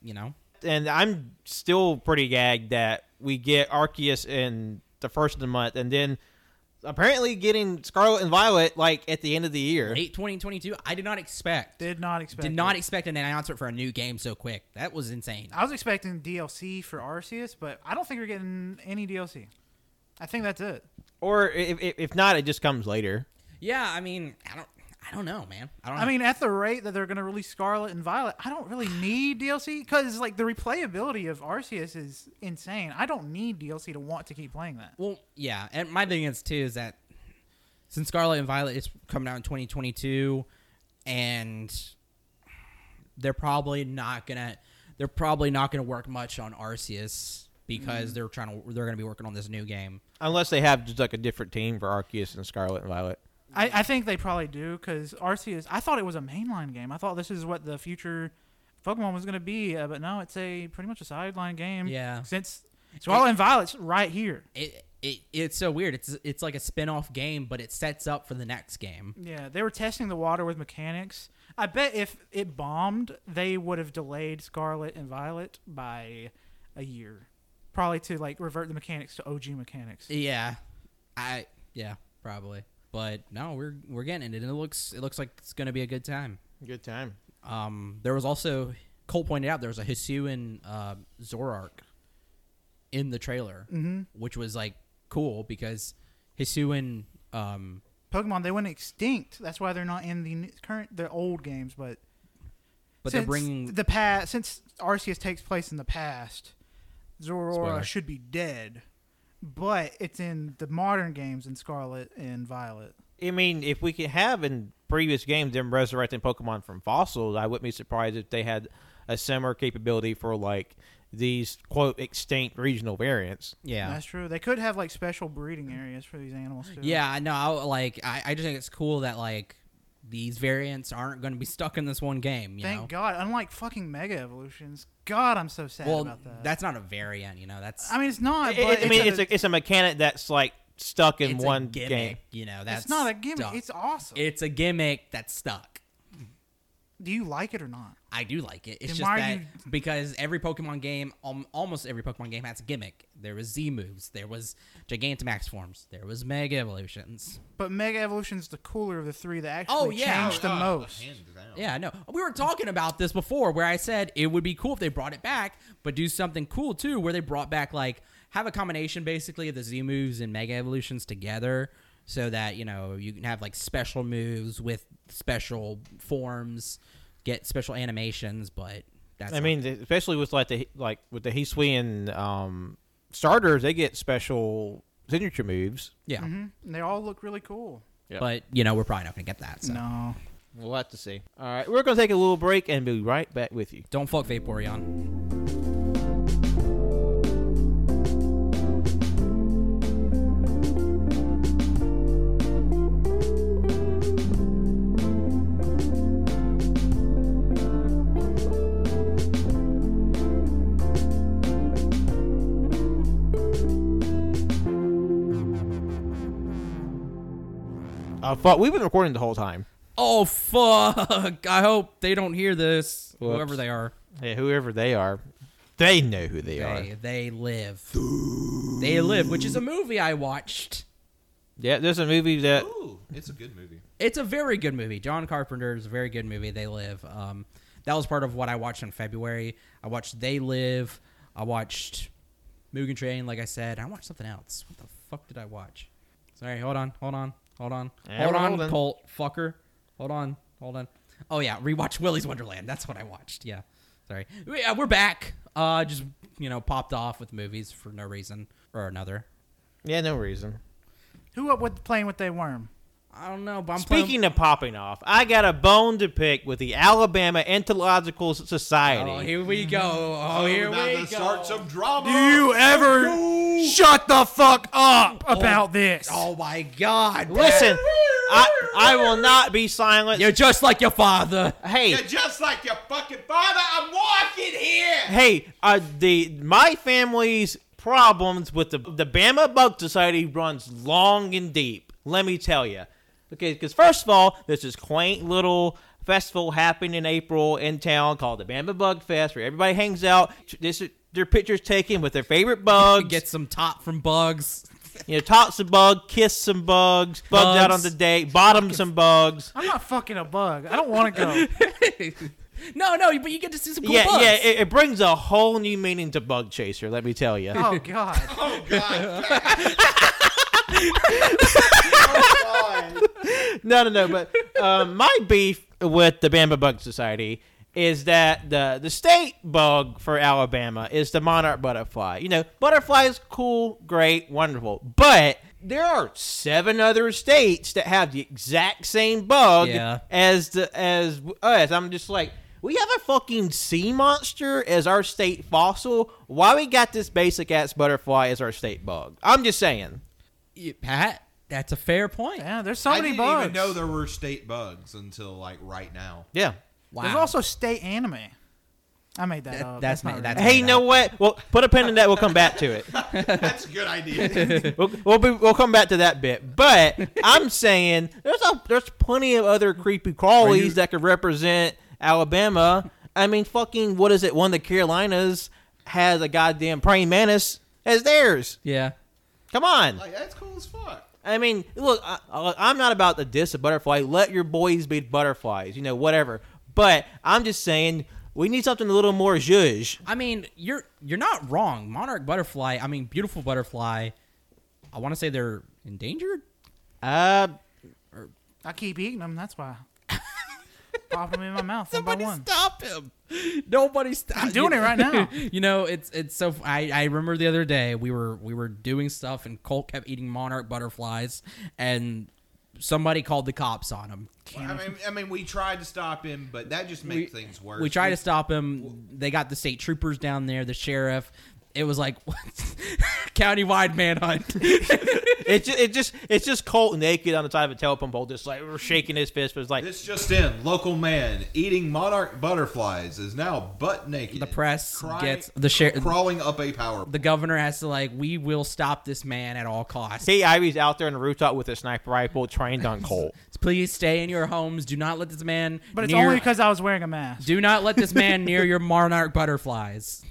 A: you know
C: and I'm still pretty gagged that we get Arceus in the first of the month, and then apparently getting Scarlet and Violet like at the end of the year.
A: 8 2022 i did not expect
B: Did not expect.
A: did not
B: it.
A: expect an announcement for a new game so quick that was insane
B: I was expecting DLC for Arceus, but I don't think we're getting any DLC. I think that's it.
C: Or if, if if not, it just comes later.
A: yeah i mean i don't i don't know man i don't know.
B: I mean, at the rate that they're going to release Scarlet and Violet, I don't really need DLC because like the replayability of Arceus is insane. I don't need DLC to want to keep playing that.
A: Well, yeah, and my thing is too is that since Scarlet and Violet is coming out in 2022, and they're probably not gonna they're probably not gonna work much on Arceus because they're trying to they're gonna be working on this new game.
C: Unless they have just like a different team for Arceus and Scarlet and Violet.
B: I, I think they probably do because Arceus. I thought it was a mainline game. I thought this is what the future Pokemon was going to be, uh, but no, it's a pretty much a sideline game.
A: Yeah.
B: since Scarlet and Violet's right here.
A: It, it it's so weird. It's it's like a spin-off game, but it sets up for the next game.
B: Yeah, they were testing the water with mechanics. I bet if it bombed, they would have delayed Scarlet and Violet by a year, probably to like revert the mechanics to OG mechanics.
A: Yeah, I yeah probably. But no, we're we're getting it, and it looks it looks like it's gonna be a good time.
C: Good time.
A: Um, there was also Cole pointed out there was a Hisuian uh, Zorark in the trailer,
B: Mm-hmm.
A: which was like cool because Hisuian. Um,
B: Pokemon they went extinct. That's why they're not in the n- current the old games, but
A: but they're
B: since
A: bringing
B: the past since Arceus takes place in the past, Zorora
A: Spoiler.
B: should be dead. But it's in the modern games in Scarlet and Violet.
C: I mean, if we could have in previous games them resurrecting Pokemon from fossils, I wouldn't be surprised if they had a similar capability for like these quote extinct regional variants.
A: yeah,
B: That's true. They could have like special breeding areas for these animals too.
A: yeah. I know. I like I, I just think it's cool that like these variants aren't going to be stuck in this one game. You
B: Thank
A: know,
B: God. Unlike fucking Mega Evolutions. God, I'm so sad
A: well,
B: about that.
A: that's not a variant. You know, that's
B: I mean, it's not.
C: I-
B: but
C: I, I mean,
B: it's,
C: it's a it's a mechanic that's like stuck in
A: it's a
C: one
A: gimmick.
C: game.
A: You know,
B: it's
A: that's
B: not a gimmick.
A: stuck.
B: It's awesome.
A: it's a gimmick that's stuck.
B: Do you like it or not?
A: I do like it. It's
B: Then
A: just
B: why are
A: that
B: you-
A: because every Pokemon game, um, almost every Pokemon game has a gimmick. There was Z moves. There was Gigantamax forms. There was Mega Evolutions.
B: But Mega Evolution's the cooler of the three that actually
A: Oh, yeah.
B: changed the
D: Oh,
B: most.
D: hands down.
A: Yeah, I know. We were talking about this before, where I said it would be cool if they brought it back, but do something cool too, where they brought back like have a combination basically of the Z moves and Mega Evolutions together, so that you know you can have like special moves with special forms, get special animations. But that's
C: I
A: not-
C: mean, th- especially with like the like with the Hisuian um starters, they get special signature moves.
A: yeah.
B: Mm-hmm. Mhm. And They all look really cool.
C: Yeah.
A: But you know we're probably not gonna get that. So.
B: No.
C: We'll have to see. All right, we're gonna take a little break and be right back with you.
A: Don't fuck Vaporeon.
C: Uh, fuck, we've been recording the whole time.
A: Oh fuck! I hope they don't hear this.
C: Whoops.
A: Whoever they are,
C: Yeah, whoever they are, they know who they are.
A: they they live. they live, which is a movie I watched.
C: Yeah, there's a movie that
D: Ooh, it's a good movie.
A: It's a very good movie. John Carpenter is a very good movie. They live. Um, that was part of what I watched in February. I watched They Live. I watched Mugen Train. Like I said, I watched something else. What the fuck did I watch? Sorry, hold on, hold on, hold on,
C: Yeah,
A: hold
C: we're
A: on,
C: holding.
A: Colt fucker. Hold on, hold on. Oh yeah, rewatch Willy's Wonderland. That's what I watched. Yeah, sorry. We- Yeah, we're back. Uh, just you know, popped off with movies for no reason or another.
C: yeah, no reason.
B: Who up with playing with their worm?
A: I don't know, but I'm playing-
C: Speaking of popping off, I got a bone to pick with the Alabama Anthological Society.
A: Oh, here we go. Oh, here
D: about
A: we
D: to
A: go.
D: start some drama.
B: ever shut the fuck up about this?
A: Oh my God!
C: Listen, I I will not be silent.
A: you're just like your father.
C: hey,
D: You're just like your fucking father. I'm walking here.
C: hey, uh, the my family's problems with the the Bama Bug Society runs long and deep. Let me tell you, okay, because first of all, there's this quaint little festival happening in April in town called the Bama Bug Fest, where everybody hangs out. This their pictures taken with their favorite bugs.
A: Get some top from bugs.
C: You know, top some bug, kiss some bugs, bugged out on
A: Bugs.
C: the date, bottom some bugs.
B: I'm not fucking a bug. I don't want to go.
A: no, no, but you get to see some cool
C: yeah,
A: bugs.
C: yeah, it, it brings a whole new meaning to bug chaser. Let me tell you.
B: Oh god.
D: Oh god. oh god.
C: no, no, no. But um, my beef with the Bamba Bug Society is that the the state bug for Alabama is the monarch butterfly. You know, butterflies cool, great, wonderful, but there are seven other states that have the exact same bug
A: Yeah.
C: as the as us. I'm just like. We have a fucking sea monster as our state fossil. Why we got this basic ass butterfly as our state bug? I'm just saying.
A: Yeah, Pat, that's a fair point.
B: Yeah, there's so
D: I
B: many
D: didn't
B: bugs.
D: even know there were state bugs until like right now.
C: Yeah.
A: Wow.
B: There's also state anime. I made that,
A: That-
B: up.
A: uh, that's
B: That's, not.
A: ma-
B: real.
A: that's-
C: Hey, you know what? Well, put a pin in that. We'll come back to it.
D: That's a good idea.
C: We'll we'll, be, we'll come back to that bit. But I'm saying there's a, there's plenty of other creepy crawlies that could represent Alabama. I mean, fucking what is it? One of the Carolinas has a goddamn praying mantis as theirs.
A: yeah.
C: Come on.
D: like that's cool as fuck.
C: I mean, look, I, I- I'm not about the diss of butterfly. Let your boys be butterflies, you know, whatever. But I'm just saying we need something a little more zhuzh.
A: I mean, you're you're not wrong. Monarch butterfly. I mean, beautiful butterfly. I want to say they're endangered.
C: Uh,
B: I keep eating them. That's why. Pop them in my mouth one by
A: Nobody
B: one.
A: stop him. Nobody stop.
B: I'm doing it right now.
A: you know, it's it's so. I I remember the other day we were we were doing stuff and Colt kept eating monarch butterflies and somebody called the cops on him.
D: I mean, I mean, we tried to stop him, but that just makes things worse.
A: We tried to stop him. They got the state troopers down there, the sheriff. It was like what? countywide manhunt.
C: It just, it just it's just Colt naked on the side of a telephone pole, just like shaking his fist, but it's like
D: This just in: local man eating monarch butterflies is now butt naked.
A: The press gets- the share-
D: crawling up a power.
A: the governor has to like, we will stop this man at all costs.
C: T. Ivy's out there on the rooftop with a sniper rifle trained on Colt.
A: Please stay in your homes. Do not let this man.
B: But it's
A: near-
B: only because I was wearing a mask.
A: Do not let this man near your monarch butterflies.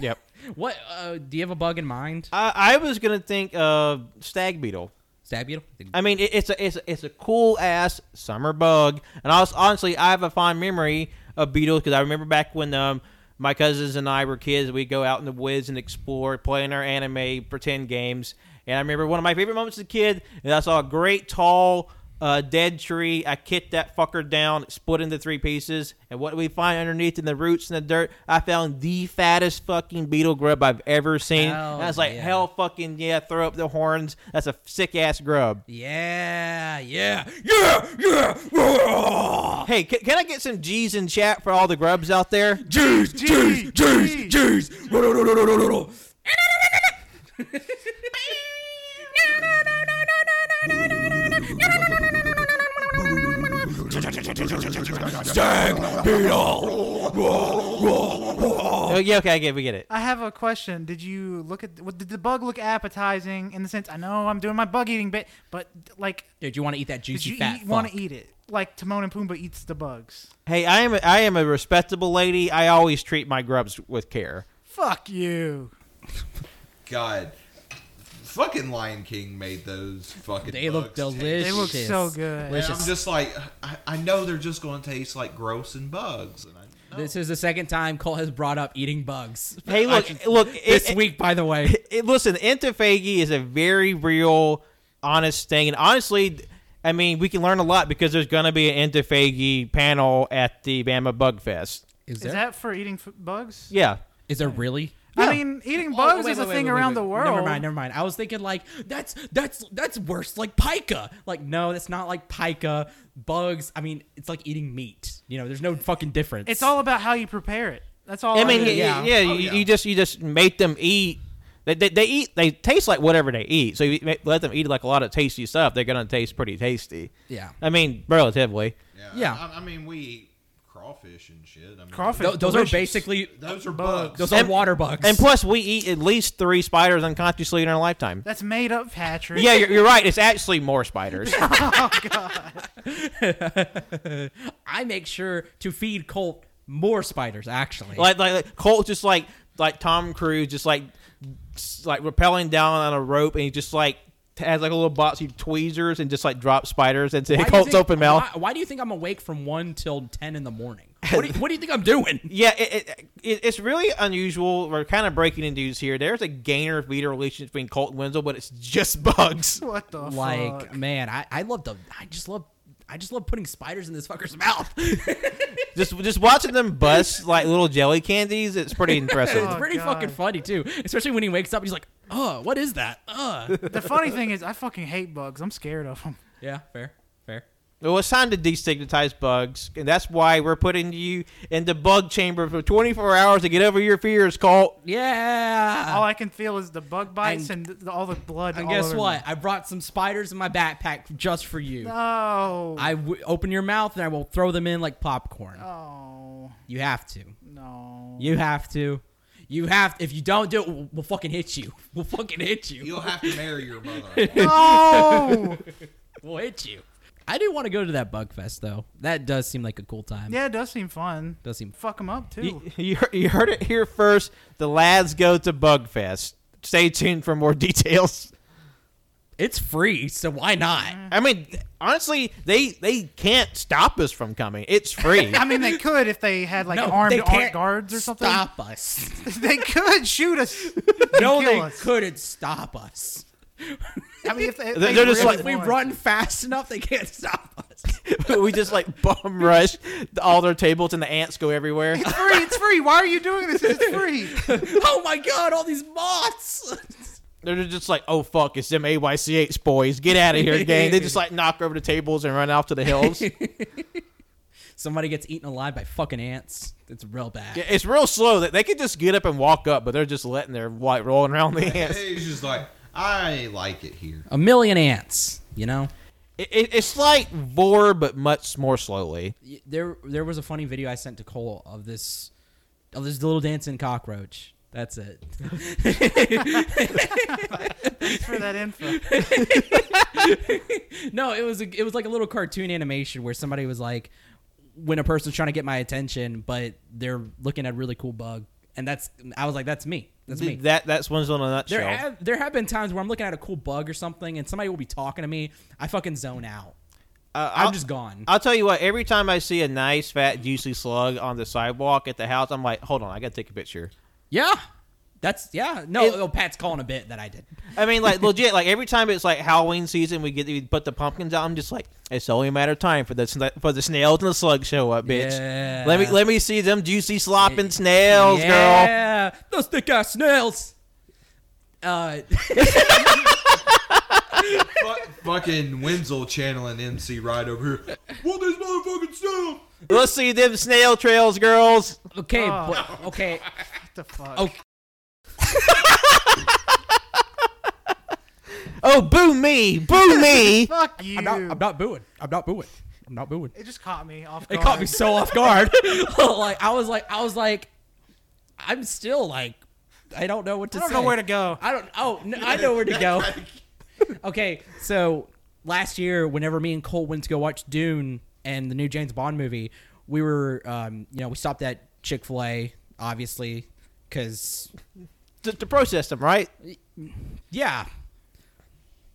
C: yep.
A: What? Uh, do you have a bug in mind?
C: I, I was gonna think of stag beetle.
A: Stab you?
C: I mean, it, it's a it's a, it's a cool ass summer bug, and I was, honestly, I have a fond memory of beetles because I remember back when um my cousins and I were kids, we'd go out in the woods and explore, playing our anime pretend games, and I remember one of my favorite moments as a kid, and I saw a great tall uh, dead tree. I kicked that fucker down, split into three pieces. And what do we find underneath in the roots and the dirt? I found the fattest fucking beetle grub I've ever seen.
A: Hell
C: and I was like,
A: yeah.
C: hell fucking yeah, throw up the horns. That's a sick ass grub.
A: Yeah, yeah, yeah, yeah. yeah.
C: Hey, can, can I get some G's in chat for all the grubs out there?
A: Jeez,
B: Gee,
A: jeez, jeez,
B: gee.
A: jeez. No, no, no, no, no, no, no, no. Stag beetle.
C: Oh, yeah, okay, I get, we get it.
B: I have a question. Did you look at what- did the bug look appetizing in the sense I know I'm doing my bug eating bit, but like
A: Dude, you want to eat that
B: did
A: juicy
B: you
A: fat?
B: eat, want
A: fuck.
B: to eat it? Like Timon and Pumbaa eats the bugs.
C: Hey, I am a, I am a respectable lady. I always treat my grubs with care.
B: Fuck you.
D: God. Fucking Lion King made those fucking.
A: They look
D: bugs taste-
A: delicious.
B: They look so good.
D: And
A: Delicious.
D: I'm just like, I, I know they're just going to taste like gross and bugs. And I know.
A: This is the second time Colt has brought up eating bugs.
C: Hey, look,
A: I-
C: look,
A: this
C: it-
A: week, by the way.
C: it, listen, entophagy is a very real, honest thing. And honestly, I mean, we can learn a lot because there's going to be an entophagy panel at the Bama Bug Fest.
A: Is
B: Is that for eating f- bugs?
C: Yeah.
A: Is there really?
C: Yeah.
B: I mean, eating
A: Oh,
B: bugs
A: wait,
B: is
A: wait,
B: a
A: wait,
B: thing
A: wait, wait,
B: around
A: wait.
B: the world.
A: Never mind, never mind. I was thinking like that's that's that's worse, like pica. Like no, that's not like pica. Bugs. I mean, it's like eating meat. You know, there's no fucking difference.
B: It's all about how you prepare it. That's all.
C: I mean,
B: really-
C: yeah,
A: yeah.
C: yeah,
D: Oh,
C: you,
D: yeah.
C: you just you just make them eat. They, they, they eat. They taste like whatever they eat. So you ma- let them eat like a lot of tasty stuff. They're gonna taste pretty tasty.
A: Yeah.
C: I mean, relatively.
A: Yeah.
D: I, I mean, we eat crawfish and shit. I mean,
B: Crawfish.
A: Tho- those
B: Delicious.
A: are basically
D: Those are bugs.
A: those
C: And-
A: are water bugs.
C: And plus, we eat at least three spiders unconsciously in our lifetime.
B: That's made up, Patrick.
C: Yeah, you're, you're right. It's actually more spiders.
A: I make sure to feed Colt more spiders. Actually,
C: like, like like Colt just like like Tom Cruise just like s- like rappelling down on a rope and he just like t- has like a little box he tweezers and just like drops spiders into
A: Why do you
C: Colt's
A: think-
C: open mouth.
A: Why, why do you think I'm awake from one till ten in the morning? What do you, what do you think I'm doing?
C: Yeah, it, it, it, it's really unusual. We're kind of breaking into news here. There's a gainer feeder relationship between Colt and Wenzel, but it's just bugs.
B: What the
A: Like
B: fuck?
A: man, I I love the I just love. I just love putting spiders in this fucker's mouth.
C: just just watching them bust like little jelly candies. It's pretty impressive.
A: it's
B: Oh,
A: pretty
B: God.
A: fucking funny too, especially when he wakes up. and He's like, "Oh, what is that?" Uh.
B: The funny thing is, I fucking hate bugs. I'm scared of them.
A: yeah, fair, fair.
C: Well, it's time to destigmatize bugs, and that's why we're putting you in the bug chamber for 24 hours to get over your fears, Colt.
A: Yeah.
B: All I can feel is the bug bites and, th- all the blood.
A: and
B: all
A: guess
B: over
A: what?
B: Me.
A: I brought some spiders in my backpack just for you.
B: No.
A: I w- open your mouth and I will throw them in like popcorn.
B: oh
A: You have to.
B: no.
A: You have to. You have. If you don't do it, we'll, we'll fucking hit you. We'll fucking hit you.
D: You'll have to marry your mother.
B: No.
A: We'll hit you. I do want to go to that bug fest though. That does seem like a cool time.
B: yeah, it does seem fun.
A: Does seem.
B: Fuck them up too.
C: You, you, heard, you heard it here first. The lads go to Bugfest. Stay tuned for more details.
A: It's free, so why not?
B: Mm.
C: I mean, honestly, they they can't stop us from coming. It's free.
B: I mean, they could if they had like
A: no,
B: armed
A: they
B: ar-
A: can't
B: guards or something.
A: Stop us.
B: they could shoot us. and kill
A: no, they
B: us.
A: couldn't stop us.
B: I mean, if they, if
C: They're
B: they
C: just
B: really
C: like-
A: If we
B: wanted-
A: run fast enough, they can't stop us.
C: we just like bum rush all their tables, and the ants go everywhere.
B: It's free. It's free. Why are you doing this? It's free.
A: oh my god, all these moths!
C: They're just like, oh fuck, it's them AYCH boys. Get out of here, gang. They just like knock over the tables and run off to the hills.
A: Somebody gets eaten alive by fucking ants. It's real bad.
C: Yeah, It's real slow. They- They could just get up and walk up, but they're just letting their white rolling around the ants.
D: He's just like, I like it here.
A: A million ants, you know?
C: It, it, it's like Vor, but much more slowly.
A: Y- There there was a funny video I sent to Cole of this of this little dancing cockroach. That's it.
B: Thanks for that info.
A: no, it was a, it was like a little cartoon animation where somebody was like, when a person's trying to get my attention, but they're looking at a really cool bug, and that's I was like, that's me, that's me.
C: That that's one's on a nutshell.
A: There have there have been times where I'm looking at a cool bug or something, and somebody will be talking to me. I fucking zone out.
C: Uh,
A: I'm
C: I'll-
A: just gone.
C: I'll tell you what. Every time I see a nice fat juicy slug on the sidewalk at the house, I'm like, hold on, I gotta take a picture.
A: yeah, that's yeah. No, oh, Pat's calling a bit that I did.
C: I mean, like legit. Like every time it's like Halloween season, we get we put the pumpkins out. I'm just like, It's only a matter of time for the sn- for the snails and the slugs show up, bitch.
A: Yeah.
C: Let me let me see them juicy slopping snails, girl.
A: yeah, those thick ass snails. Uh,
D: Fuck, fucking Wenzel channeling MC right over here. What this motherfucking stuff?
C: Let's see them snail trails, girls.
A: okay,
B: Oh.
A: but- okay,
B: What the fuck?
A: okay.
C: Oh, boo me, boo me.
B: Fuck you.
A: I'm not, I'm not booing. I'm not booing. I'm not booing.
B: it just caught me off
A: It
B: guard.
A: caught me so off guard. like I was like I was like I'm still like I don't know what to
B: I don't
A: say.
B: know where to go.
A: I don't oh no, I know where to go. okay, so last year whenever me and Cole went to go watch Dune and the new James Bond movie, we were um you know, we stopped at Chick-fil-A obviously cuz
C: To, to process them, right?
A: yeah,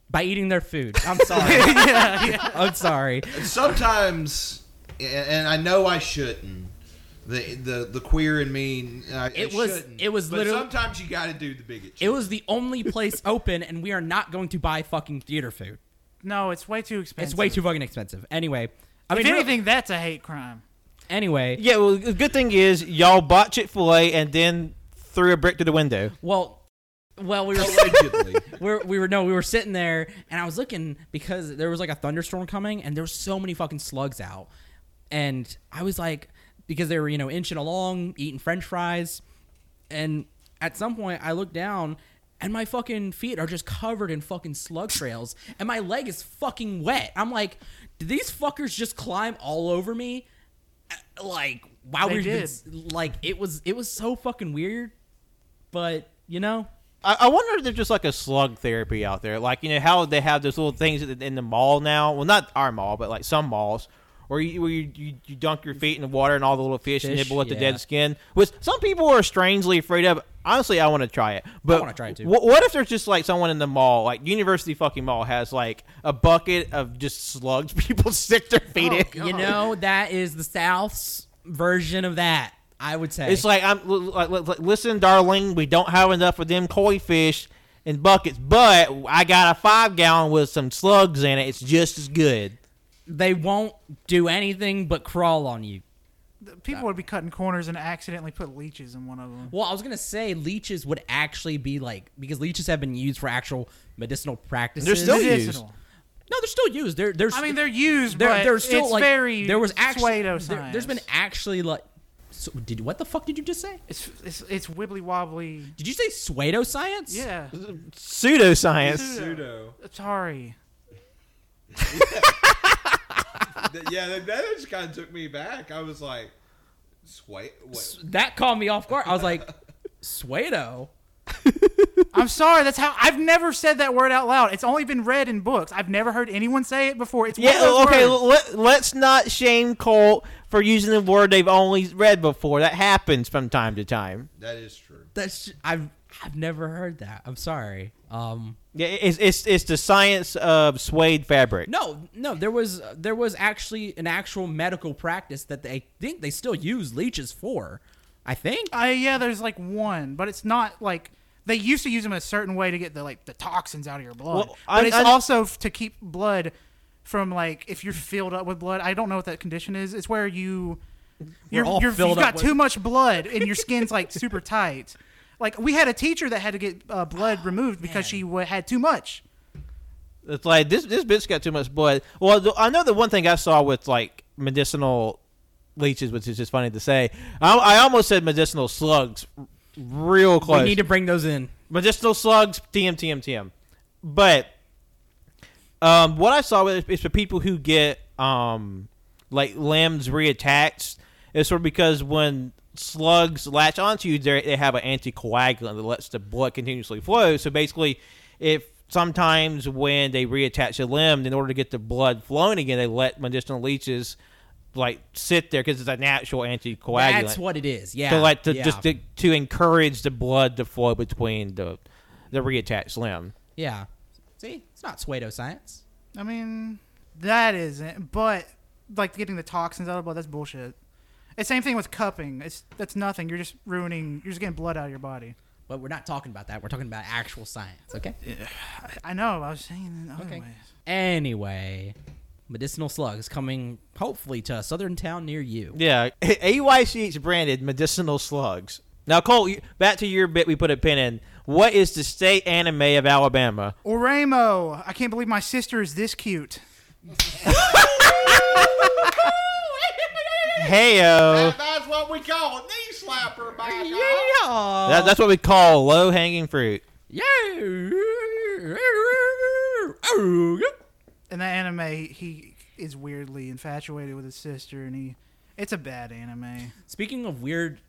A: by eating their food. I'm sorry.
B: yeah, yeah.
A: I'm sorry.
D: Sometimes, a- and I know I shouldn't. The the the queer in me. uh, I,
A: It
D: I
A: was-
D: shouldn't.
A: it was
D: But
A: literally-
D: Sometimes you got to do the bigot.
A: It was the only place open and we are not going to buy fucking theater food.
B: No, it's way too expensive.
A: It's way too fucking expensive. Anyway, I
B: If
A: mean, really-
B: anything, that's a hate crime.
A: Anyway,
C: Yeah. Well, the good thing is y'all bought Chick Fil A and then threw a brick to the window.
A: well, well, we were,
D: allegedly.
A: we're we were no, we were sitting there, and I was looking because there was like a thunderstorm coming, and there were so many fucking slugs out, and I was like, because they were you know inching along, eating French fries, and at some point I looked down. And my fucking feet are just covered in fucking slug trails, and my leg is fucking wet. I'm like, did these fuckers just climb all over me? Uh, like wow
B: They
A: we
B: did.
A: did. like it was it was so fucking weird but you know
C: I, I wonder if there's just like a slug therapy out there. Like, you know, how they have those little things in the, in the mall now. Well, not our mall, but like some malls where you, where you, you, you dunk your feet in the water and all the little fish,
A: Fish,
C: nibble at the
A: yeah.
C: dead skin, which some people are strangely afraid of. Honestly, I want to try it. But
A: wanna try it, too.
C: wh- what if there's just like someone in the mall, like University fucking mall, has like a bucket of just slugs people stick their feet in?
A: you know that is the south's version of that i would say
C: It's like I'm l- like, li- li- listen, darling, we don't have enough of them koi fish in buckets, but I got a five gallon with some slugs in it. It's just as good.
A: they won't do anything but crawl on you
B: The People would be cutting corners and accidentally put leeches in one of them.
A: well i was gonna say leeches would actually be like because leeches have been used for actual medicinal practices
C: They're still used.
B: Medicinal.
A: no they're still used they're, they're
B: I mean, they're used,
A: there,
B: but
A: there's still
B: it's
A: like
B: very
A: there was actually there,
B: pseudoscience.
A: has been actually like so, did what the fuck did you just say
B: it's it's, it's wibbly wobbly.
A: did you say pseudoscience
B: Yeah,
C: Pseudoscience.
D: pseudo.
B: sorry.
D: Th- yeah, that, that just kind of took me back. I was like, wait, wait.
A: that caught me off guard. I was like, Suedo?
B: I'm sorry. That's how I've never said that word out loud. It's only been read in books. I've never heard anyone say it before. It's one of
C: Yeah.
B: those
C: Okay.
B: words.
C: Let, let's not shame Colt for using a word they've only read before. That happens from time to time.
D: That is true.
A: That's ju- I've I've never heard that. I'm sorry. Um,
C: Yeah. it- It's it's it's the science of suede fabric.
A: no, no, there was there was actually an actual medical practice that they think they still use leeches for. I think.
B: I, yeah, there's like one, but it's not like they used to use them a certain way to get the like the toxins out of your blood.
C: Well,
B: but
C: I-
B: it's
C: I-
B: also f- to keep blood from like if you're filled up with blood. I don't know what that condition is. It's where you you're,
A: all
B: you're,
A: filled
B: you've
A: up
B: got
A: with-
B: too much blood and your skin's like super tight. Like we had a teacher that had to get uh,
A: Oh,
B: blood removed because she w- had too much.
C: It's like this this bitch got too much blood. Well, the, I know the one thing I saw with like medicinal leeches, which is just funny to say. I, I almost said medicinal slugs, r- real
A: We
C: close.
A: need to bring those in.
C: medicinal slugs, TM, TM, TM. But um, what I saw is, is for people who get um, like limbs reattached. It's sort of because when slugs latch onto you, they they have an anticoagulant that lets the blood continuously flow. So basically, if sometimes when they reattach a limb, in order to get the blood flowing again, they let medicinal leeches like sit there because it's a natural anticoagulant
A: That's what it is. Yeah.
C: to like to
A: yeah.
C: just to, to encourage the blood to flow between the the reattached limb.
A: yeah. See, it's not pseudo science.
B: I mean, that isn't. But like getting the toxins out of blood, that's bullshit. It's same thing with cupping. It's that's nothing. You're just ruining. You're just getting blood out of your body.
A: But we're not talking about that. We're talking about actual science. Okay.
B: I know. I was saying it in other
A: Okay.
B: ways.
A: Anyway, medicinal slugs coming hopefully to a southern town near you.
C: Yeah, AYCH branded medicinal slugs. Now, Cole, you- back to your bit we put a pin in. What is the state anime of Alabama?
B: Oremo. I can't believe my sister is this cute.
A: Uh.
C: Heyo.
D: That- that's what we call a knee slapper, by God.
C: That, that's what we call low hanging fruit.
A: Yeah.
B: In that anime, he is weirdly infatuated with his sister, and he. It's a bad anime.
A: Speaking of weird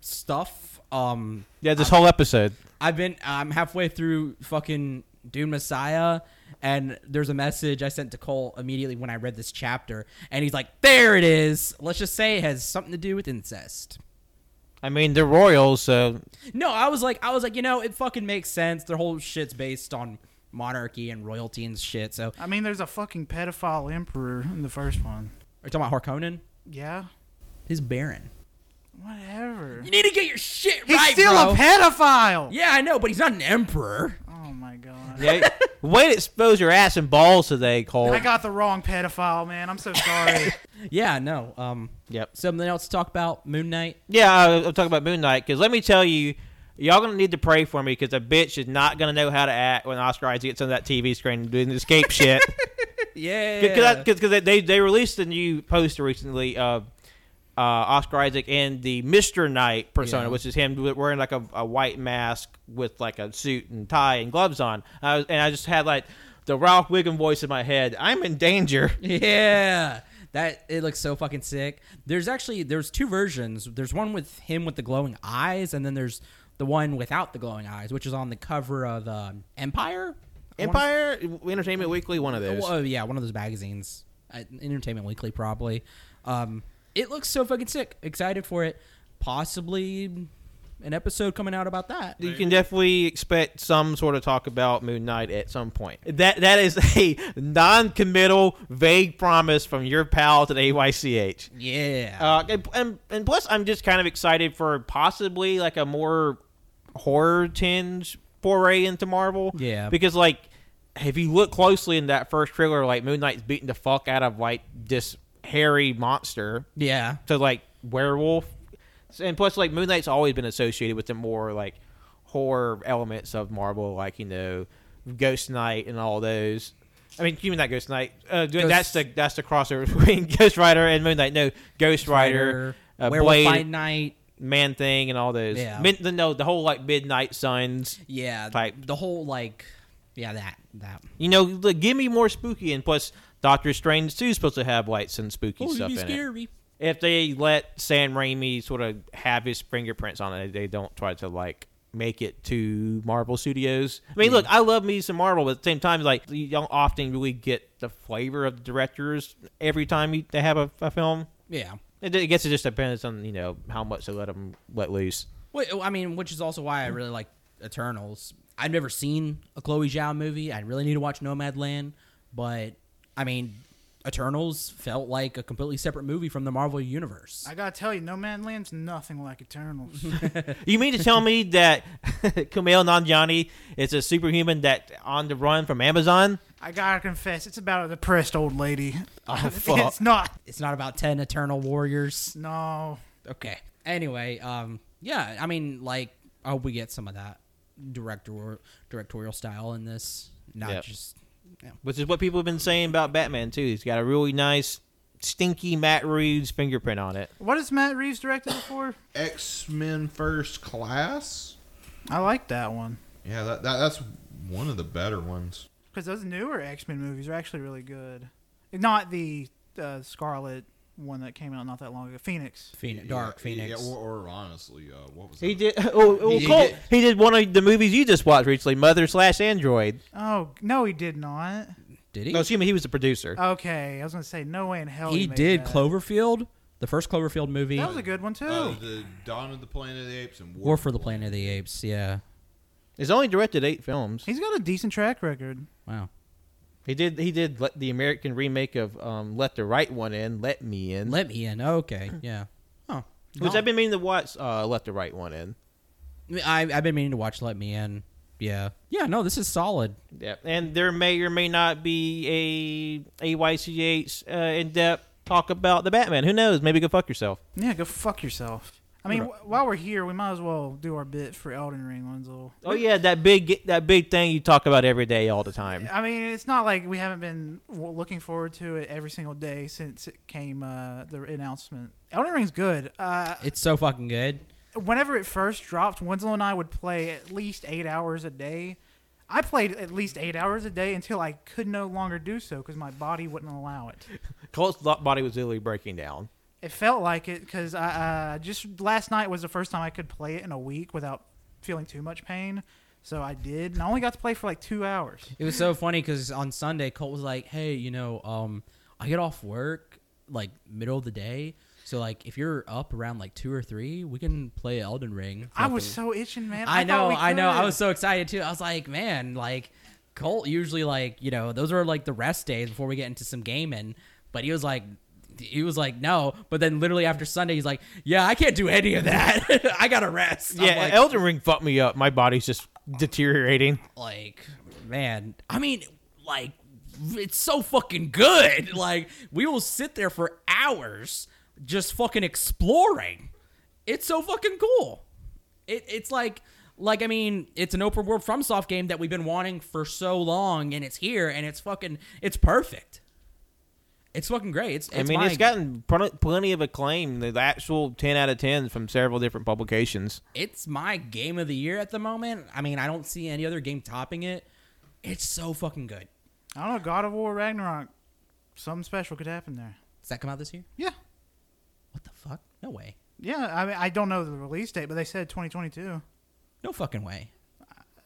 A: stuff, um,
C: Yeah, this whole episode.
A: I've been I'm halfway through fucking Dune Messiah, and there's a message I sent to Cole immediately when I read this chapter, and he's like, "There it is. Let's just say it has something to do with incest."
C: I mean, they're royals, so
A: No, I was like, I was like, you know, it fucking makes sense. Their whole shit's based on monarchy and royalty and shit. So,
B: I mean, there's a fucking pedophile emperor in the first one.
A: are you talking about Harkonnen?
B: Yeah.
A: His Baron.
B: Whatever.
A: You need to get your shit
B: He's
A: right,
B: still
A: bro.
B: a pedophile.
A: yeah, I know, but he's not an emperor.
B: Oh my god.
C: yeah, way to expose your ass and balls today, Cole.
B: I got the wrong pedophile, man. I'm so sorry.
A: Yeah, no. Um,
C: Yep.
A: Something else to talk about? Moon Knight.
C: Yeah, I, I'm talking about Moon Knight because let me tell you, y'all gonna need to pray for me because a bitch is not gonna know how to act when Oscar Isaac gets on that TV screen and doing escape shit.
A: Yeah.
C: Because they they released a new poster recently of uh, Oscar Isaac and the Mister Knight persona,
A: Yeah.
C: which is him wearing like a, a white mask with like a suit and tie and gloves on. I was, and I just had like the Ralph Wiggum voice in my head. I'm in danger.
A: Yeah. That it looks so fucking sick. There's actually there's two versions. There's one with him with the glowing eyes, and then there's the one without the glowing eyes, which is on the cover of um, Empire. I wanna-
C: Empire Entertainment Weekly, one of those.
A: Oh yeah, one of those magazines, Uh, Entertainment Weekly probably. Um, it looks so fucking sick. Excited for it. Possibly an episode coming out about that.
C: You can definitely expect some sort of talk about Moon Knight at some point. That that is a non-committal, vague promise from your pal to the AYCH.
A: Yeah.
C: Uh, and, and and plus, I'm just kind of excited for possibly like a more horror tinge foray into Marvel.
A: Yeah.
C: because like if you look closely in that first trailer, like Moon Knight's beating the fuck out of like this hairy monster
A: yeah.
C: to like werewolf, and plus like Moon Knight's always been associated with the more like horror elements of Marvel, like you know Ghost Knight and all those. I mean, you mean not Ghost Knight? Uh, that's
A: Ghost-
C: the that's the crossover between Ghost Rider and Moon Knight. No, Ghost Rider, uh,
A: Werewolf
C: Blade,
A: by Night.
C: Man Thing, and all those.
A: Yeah.
C: Min- the, no, the whole like Midnight Suns.
A: Yeah.
C: Type.
A: The whole like. Yeah, that that.
C: You know, look, give me more spooky, and plus Doctor Strange too is supposed to have like some spooky
A: Oh,
C: stuff
A: it'd be
C: in it.
A: scary.
C: if they let Sam Raimi sort of have his fingerprints on it, they don't try to like make it to Marvel Studios. I mean, look, I love me some Marvel, but at the same time, like you don't often really get the flavor of the directors every time you, they have a, a film.
A: Yeah.
C: It, I guess it just depends on you know how much they let them let loose.
A: Wait, I mean, which is also why I really like Eternals. I've never seen a Chloe Zhao movie. I really need to watch Nomadland, but I mean, Eternals felt like a completely separate movie from the Marvel universe.
B: I gotta tell you, No Man Land's nothing like Eternals.
C: You mean to tell me that Kumail Nanjiani is a superhuman that on the run from Amazon?
B: I gotta confess, it's about a depressed old lady.
C: Oh, fuck.
B: it's not.
A: it's not about 10 Eternal Warriors.
B: No.
A: Okay. Anyway, um yeah, I mean, like I hope we get some of that director directorial style in this, not
C: Yep.
A: just
C: which is what people have been saying about Batman too. He's got a really nice, stinky Matt Reeves fingerprint on it.
B: What has Matt Reeves directed before?
D: X Men First Class.
B: I like that one.
D: Yeah, that, that that's one of the better ones.
B: Because those newer X Men movies are actually really good. Not the uh, Scarlet one that came out not that long ago, Phoenix.
A: Phoenix,
D: Yeah,
A: Dark Phoenix.
D: Yeah, or, or honestly, uh, what was
C: He
D: that?
C: did. Oh, oh,
D: He
C: Cole,
D: did.
C: he did one of the movies you just watched recently, Mother slash Android.
B: Oh, no, he did not.
A: Did he?
C: No, excuse me, he was the producer.
B: Okay, I was going to say, no way in hell
A: he
B: made
A: did
B: that.
A: Cloverfield, the first Cloverfield movie.
B: That was a good one, too.
D: Uh, the Dawn of the Planet of the Apes and
A: War for the Planet of the Apes. Yeah.
C: He's only directed eight films.
B: He's got a decent track record.
A: Wow.
C: He did. He did let the American remake of um, Let the Right One In, Let Me In.
A: Let me in. Okay. Yeah. Oh.
C: which I've been meaning to watch. Uh, Let the Right One In.
A: I, I've been meaning to watch Let Me In. yeah, yeah. No, this is solid.
C: Yeah, and there may or may not be a AYCH uh, in depth talk about the Batman. Who knows? Maybe go fuck yourself.
B: Yeah, go fuck yourself. I mean, wh- while we're here, we might as well do our bit for Elden Ring, Wenzel.
C: Oh yeah, that big that big thing you talk about every day, all the time.
B: I mean, it's not like we haven't been w- looking forward to it every single day since it came uh, the announcement. Elden Ring's good. Uh,
A: It's so fucking good.
B: whenever it first dropped, Winslow and I would play at least eight hours a day. I played at least eight hours a day until I could no longer do so because my body wouldn't allow it.
C: Colt's lo- body was literally breaking down.
B: It felt like it because I uh, just last night was the first time I could play it in a week without feeling too much pain. So I did, and I only got to play for like two hours.
A: It was so funny because on Sunday, Colt was like, "Hey, you know, um, I get off work like middle of the day, so like if you're up around like two or three, we can play Elden Ring."
B: I was so itching, man.
A: I,
B: I, thought
A: know,
B: we
A: I know. I
B: could.
A: was so excited too. I was like, man, like Colt usually like you know those are like the rest days before we get into some gaming. But he was like, he was like, no. But then literally after Sunday, he's like, yeah, I can't do any of that. I gotta rest. I'm
C: Yeah,
A: like,
C: Elden Ring fucked me up. My body's just deteriorating.
A: like man. I mean, like it's so fucking good. Like we will sit there for hours just fucking exploring. It's so fucking cool. It, it's like like I mean, it's an open world FromSoft game that we've been wanting for so long, and it's here, and it's fucking it's perfect. It's fucking great. It's, it's
C: I mean,
A: my,
C: it's gotten pl- plenty of acclaim. The actual ten out of ten from several different publications.
A: it's my game of the year at the moment. I mean, I don't see any other game topping it. It's so fucking good.
B: I don't know. God of War Ragnarok. Something special could happen there.
A: Does that come out this year?
B: Yeah.
A: What the fuck? No way.
B: Yeah. I mean, I don't know the release date, but they said 2022.
A: No fucking way.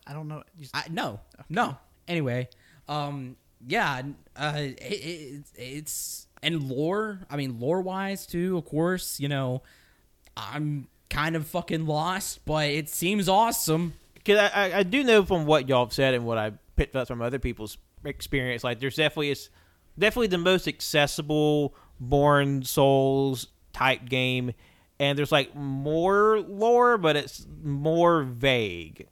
B: I don't know. You-
A: I, no, no. Anyway, um, yeah, uh, it, it, it's and lore. I mean, lore wise too. Of course, you know, I'm kind of fucking lost, but it seems awesome.
C: Because I, I, I do know from what y'all have said and what I picked up from other people's experience, like there's definitely it's definitely the most accessible born souls type game, and there's like more lore, but it's more vague.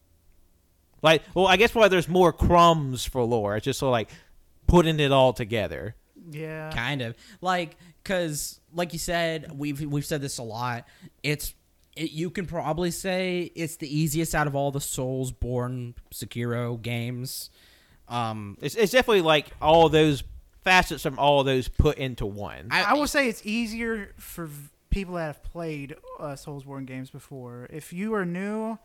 C: Like, well, I guess why there's more crumbs for lore. It's just so like putting it all together.
B: yeah.
A: kind of like because like you said we've we've said this a lot it's it, you can probably say it's the easiest out of all the souls born sekiro games um
C: It's, it's definitely like all those facets from all those put into one.
A: I-
B: I will say it's easier for v- people that have played uh, Soulsborne games before. If you are new,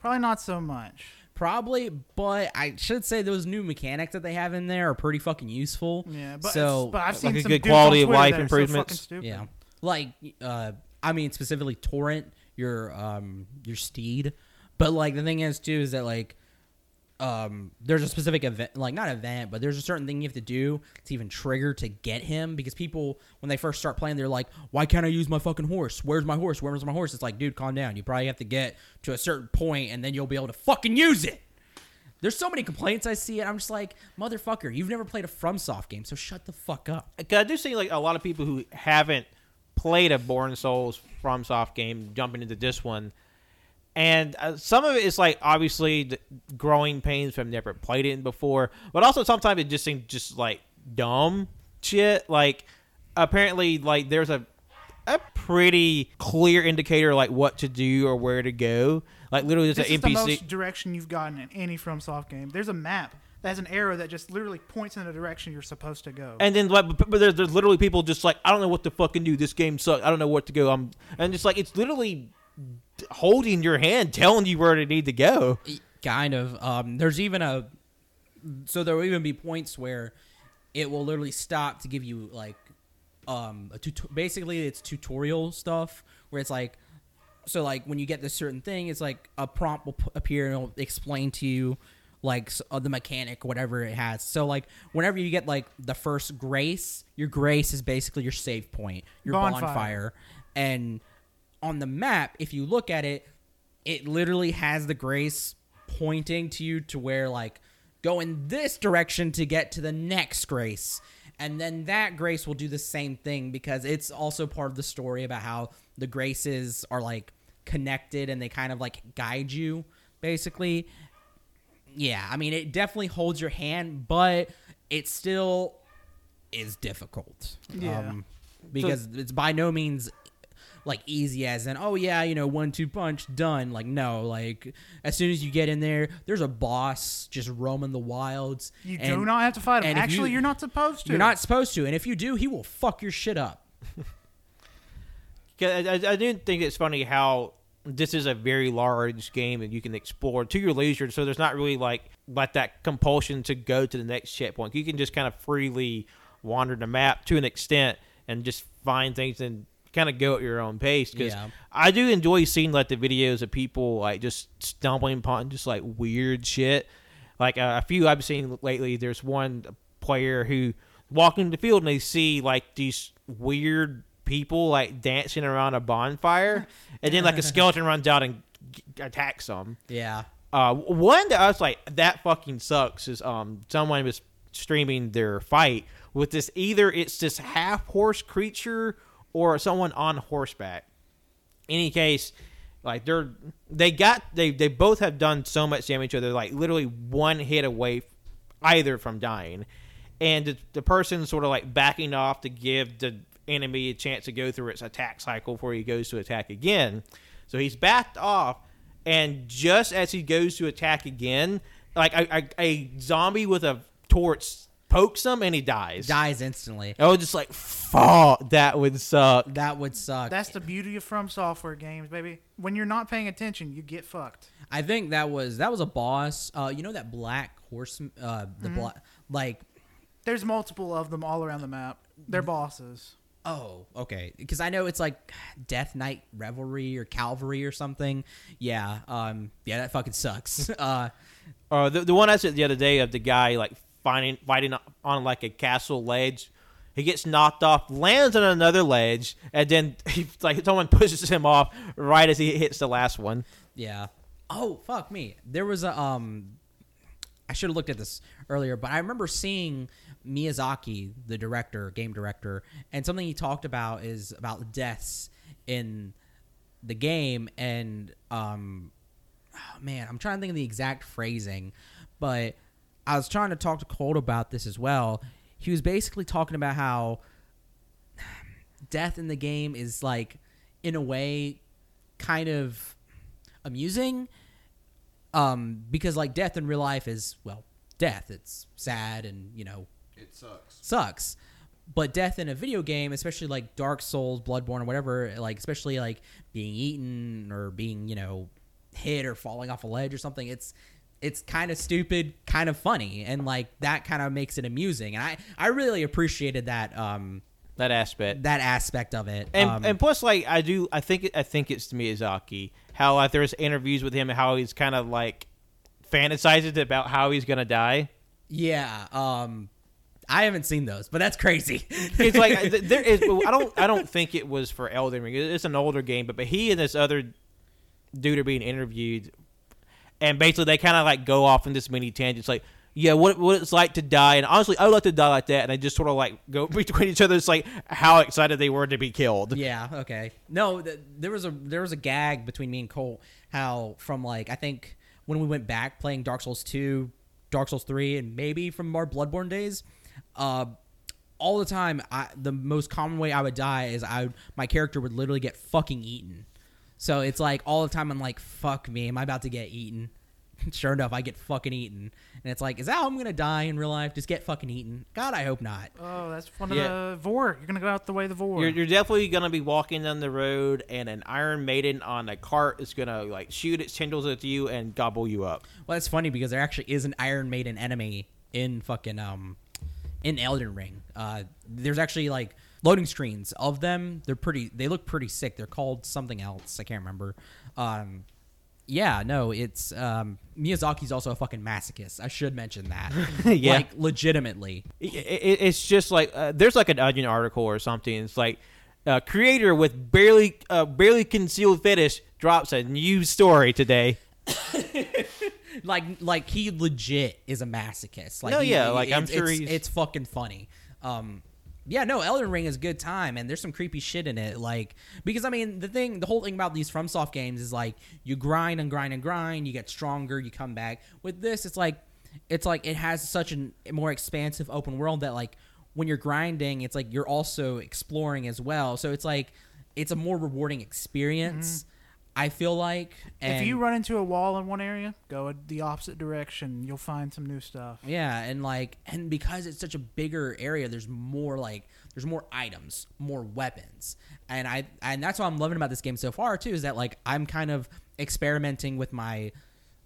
B: probably not so much.
A: Probably, but I should say those new mechanics that they have in there are pretty fucking useful.
B: Yeah, but
A: so
B: it's- but I've seen
C: a
B: some
C: good
B: dudes on
C: quality of
B: Twitter
C: life
B: that are so
C: improvements.
B: fucking stupid.
A: yeah, like uh, I mean specifically torrent your um your steed, but like the thing is too is that like um there's a specific event like not event but there's a certain thing you have to do to even trigger to get him because people when they first start playing they're like why can't i use my fucking horse where's my horse where's my horse it's like dude calm down you probably have to get to a certain point and then you'll be able to fucking use it there's so many complaints i see and i'm just like motherfucker you've never played a fromsoft game so shut the fuck up
C: Cause I do see like a lot of people who haven't played a Born Souls from Soft game jumping into this one, and uh, some of it is like obviously the growing pains from never played it before, but also sometimes it just seems just like dumb shit. Like apparently, like there's a a pretty clear indicator like what to do or where to go. Like literally,
B: This
C: just
B: is
C: an
B: the
C: NPC.
B: most direction you've gotten in any FromSoft game. There's a map that has an arrow that just literally points in the direction you're supposed to go.
C: And then like, but, but there's, there's literally people just like, I don't know what to fucking do. This game sucks. I don't know what to go. I'm and it's like it's literally holding your hand, telling you where to need to go.
A: e, kind of um there's even a so there will even be points where it will literally stop to give you like um a tut- basically it's tutorial stuff where it's like so like when you get this certain thing it's like a prompt will p- appear and it'll explain to you like s- uh, the mechanic whatever it has so like whenever you get like the first grace your grace is basically your save point your
B: Bonfire.
A: bonfire and on the map if you look at it it literally has the grace pointing to you to where like go in this direction to get to the next grace and then that grace will do the same thing because it's also part of the story about how the graces are like connected and they kind of like guide you basically yeah, I mean, it definitely holds your hand, but it still is difficult. Um,
B: Yeah.
A: because it's by no means like easy as in, oh yeah, you know, one two punch done. Like no, like as soon as you get in there, there's a boss just roaming the wilds.
B: You do
A: and-
B: not have to fight him.
A: and if
B: Actually,
A: you-
B: you, are not supposed to.
A: You're not supposed to, and if you do, he will fuck your shit up.
C: 'Cause I, I, I do think it's funny how this is a very large game that you can explore to your leisure. So there's not really like like that compulsion to go to the next checkpoint. You can just kind of freely wander the map to an extent and just find things and kind of go at your own pace. Because
A: Yeah.
C: I do enjoy seeing like the videos of people like just stumbling upon just like weird shit. Like uh, a few I've seen lately. There's one player who walk in the field and they see like these weird people like dancing around a bonfire, and then like a skeleton runs out and g- attacks them.
A: Yeah,
C: Uh, one that I was like, that fucking sucks. Is um, someone was streaming their fight with this. Either it's this half horse creature or someone on horseback. Any case, like they're they got they they both have done so much damage to each other. Like literally one hit away, f- either from dying, and the, the person sort of like backing off to give the enemy a chance to go through its attack cycle before he goes to attack again. So he's backed off and just as he goes to attack again, like a, a, a zombie with a torch pokes him and he dies.
A: dies instantly.
C: I was just like, "Fuck, that would suck."
A: That would suck.
B: That's the beauty of From Software games, baby. When you're not paying attention, you get fucked.
A: I think that was that was a boss. Uh, you know that black horse, uh, the
B: Mm-hmm.
A: black like.
B: There's multiple of them all around the map. They're bosses.
A: Oh, okay. Because I know it's like Death Knight Revelry or Calvary or something. Yeah, um, yeah, that fucking sucks. uh,
C: Uh, the, the one I said the other day of the guy like finding fighting on like a castle ledge, he gets knocked off, lands on another ledge, and then he, like someone pushes him off right as he hits the last one.
A: Yeah. Oh fuck me. There was a um I should have looked at this earlier, but I remember seeing Miyazaki, the director, game director, and something he talked about is about deaths in the game and um oh, man, I'm trying to think of the exact phrasing, but I was trying to talk to Colt about this as well. He was basically talking about how death in the game is like in a way kind of amusing um because like death in real life is well death it's sad and you know
D: It sucks.
A: sucks but death in a video game especially like dark souls bloodborne or whatever like especially like being eaten or being you know hit or falling off a ledge or something it's it's kind of stupid kind of funny and like that kind of makes it amusing and i i really appreciated that um
C: That aspect.
A: that aspect of it
C: And,
A: um,
C: and plus, like I do, I think I think it's Miyazaki. How like there's interviews with him, and how he's kind of like fantasizes about how he's gonna die.
A: yeah um i haven't seen those but that's crazy
C: It's like uh, th- there is. I don't. I don't think it was for Elden Ring. It's an older game, but but he and this other dude are being interviewed, and basically they kind of like go off in this mini tangents, like. Yeah, what, what it's like to die, and honestly, I would like to die like that. And they just sort of like go between each other. It's like how excited they were to be killed.
A: Yeah. Okay. No, th- there was a there was a gag between me and Colt how from like I think when we went back playing Dark Souls two, Dark Souls three, and maybe from our Bloodborne days, uh, all the time I the most common way I would die is I my character would literally get fucking eaten. So it's like all the time I'm like fuck me, am I about to get eaten? sure enough, I get fucking eaten, and it's like is that how I'm gonna die in real life? Just get fucking eaten? God, I hope not.
B: Oh, that's one
C: Yeah.
B: of the Vor. You're gonna go out the way of the Vor.
C: You're, you're definitely gonna be walking down the road, and an Iron Maiden on a cart is gonna like shoot its tendrils at you and gobble you up.
A: Well, that's funny because there actually is an Iron Maiden enemy in fucking um in Elden Ring. Uh, there's actually like loading screens of them. They're pretty. They look pretty sick. They're called something else. I can't remember. Um, yeah, no, it's um Miyazaki's also a fucking masochist. I should mention that.
C: Yeah.
A: like legitimately.
C: I- I- it's just like uh, there's like an Onion article or something. It's like a creator with barely uh, barely concealed fetish drops a new story today.
A: like like he legit is a masochist. Like
C: No,
A: he-
C: yeah, like,
A: it's-
C: I'm sure
A: it's,
C: he's-
A: it's fucking funny. Um, yeah, no, Elden Ring is a good time, and there's some creepy shit in it. Like, because I mean, the thing, the whole thing about these FromSoft games is like you grind and grind and grind, you get stronger, you come back. With this, it's like, it's like it has such an, a more expansive open world that like when you're grinding, it's like you're also exploring as well. So it's like it's a more rewarding
C: Mm-hmm.
A: experience. I feel like
B: if
A: and-
B: you run into a wall in one area, go in the opposite direction. You'll find some new stuff.
A: Yeah, and like and because it's such a bigger area, there's more like there's more items, more weapons. And I and that's what I'm loving about this game so far too is that like I'm kind of experimenting with my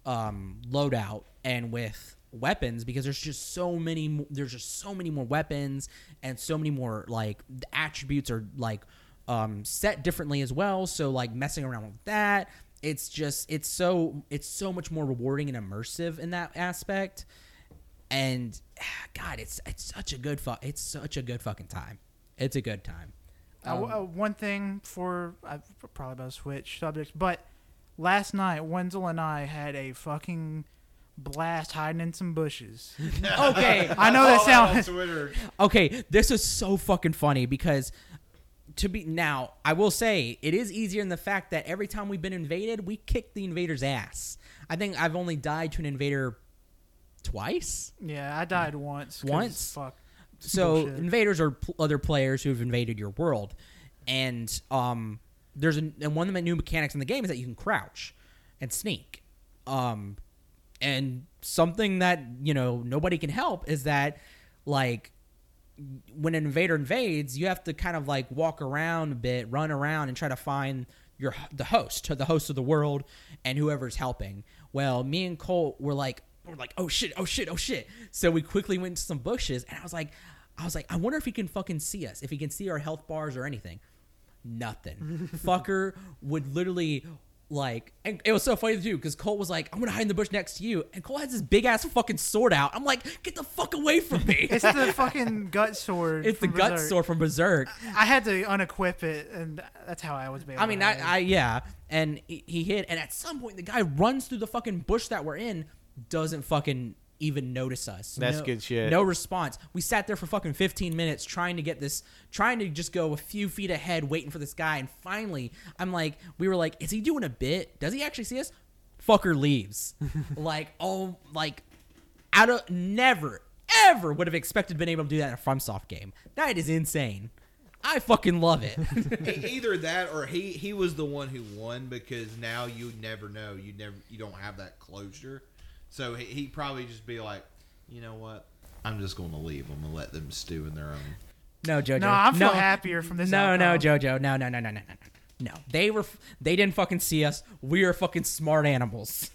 A: um loadout and with weapons because there's just so many mo- there's just so many more weapons and so many more like the attributes are like um set differently as well, so like messing around with that it's just it's so it's so much more rewarding and immersive in that aspect and God, it's it's such a good fu- it's such a good fucking time. It's a good time.
B: Uh,
A: Um,
B: w- uh, one thing for I probably about to switch subjects, but last night Wenzel and I had a fucking blast hiding in some bushes.
A: Okay,
B: I know that
D: All out
B: sounds.
D: on Twitter.
A: okay, this is so fucking funny because to be now, I will say it is easier in the fact that every time we've been invaded, we kick the invader's ass. I think I've only died to an invader twice.
B: Yeah, I died once. 'cause
A: Once?
B: Fuck.
A: so
B: Bullshit.
A: invaders are pl- other players who have invaded your world, and um, there's an, and one of the new mechanics in the game is that you can crouch and sneak, um, and something that you know nobody can help is that like when an invader invades, you have to kind of like walk around a bit, run around, and try to find your the host, the host of the world, and whoever's helping. Well, me and Colt were like, we're like, oh shit, oh shit, oh shit. So we quickly went into some bushes, and I was like, I was like, I wonder if he can fucking see us, if he can see our health bars or anything nothing. Fucker would literally like, and it was so funny too because Cole was like, "I'm gonna hide in the bush next to you," and Cole has this big ass fucking sword out. I'm like, "Get the fuck away from me!"
B: It's the fucking gut sword.
A: it's the
B: from
A: gut
B: Berserk.
A: sword from Berserk.
B: I had to unequip it, and that's how I was. Able
A: I mean,
B: to
A: I,
B: hide.
A: I yeah, and he, he hit, and at some point the guy runs through the fucking bush that we're in, doesn't fucking even notice us.
C: That's
A: No-
C: good shit.
A: No response. We sat there for fucking 15 minutes trying to get this, trying to just go a few feet ahead, waiting for this guy, and finally, I'm like, we were like, is he doing a bit? Does he actually see us? Fucker leaves. like, oh, like, out of never. Ever would have expected been able to do that in a FromSoft game. That is insane. I fucking love it.
D: E- Either that or he he was the one who won because now you never know. You never you don't have that closure. So he he'd probably just be like, you know what? I'm just going to leave them and let them stew in their own.
A: No, JoJo.
B: No, I feel happier from this
A: No, no,
B: outcome.
A: JoJo. No, no, no, no, no, no, no. No, they were. f- They didn't fucking see us. We are fucking smart animals.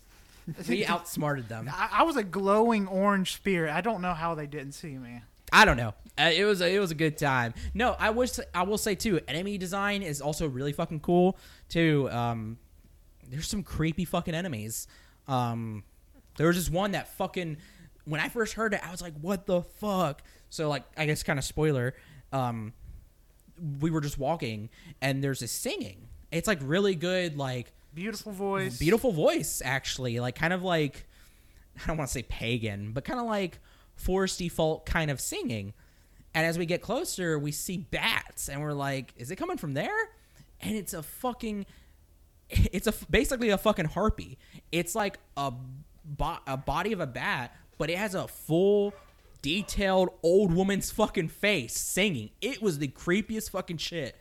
A: We outsmarted them.
B: I, I was a glowing orange spirit. I don't know how they didn't see me.
A: I don't know. Uh, it was a, it was a good time. No, I wish I will say too. Enemy design is also really fucking cool too. Um, there's some creepy fucking enemies. Um, there was just one that fucking when I first heard it, I was like, what the fuck? So like, I guess kind of spoiler. Um, we were just walking and there's this singing. It's like really good, like
B: Beautiful voice.
A: beautiful voice actually like kind of like i don't want to say pagan but kind of like foresty folk kind of singing and as we get closer we see bats and we're like is it coming from there and it's a fucking it's a basically a fucking harpy it's like a, bo- a body of a bat but it has a full detailed old woman's fucking face singing it was the creepiest fucking shit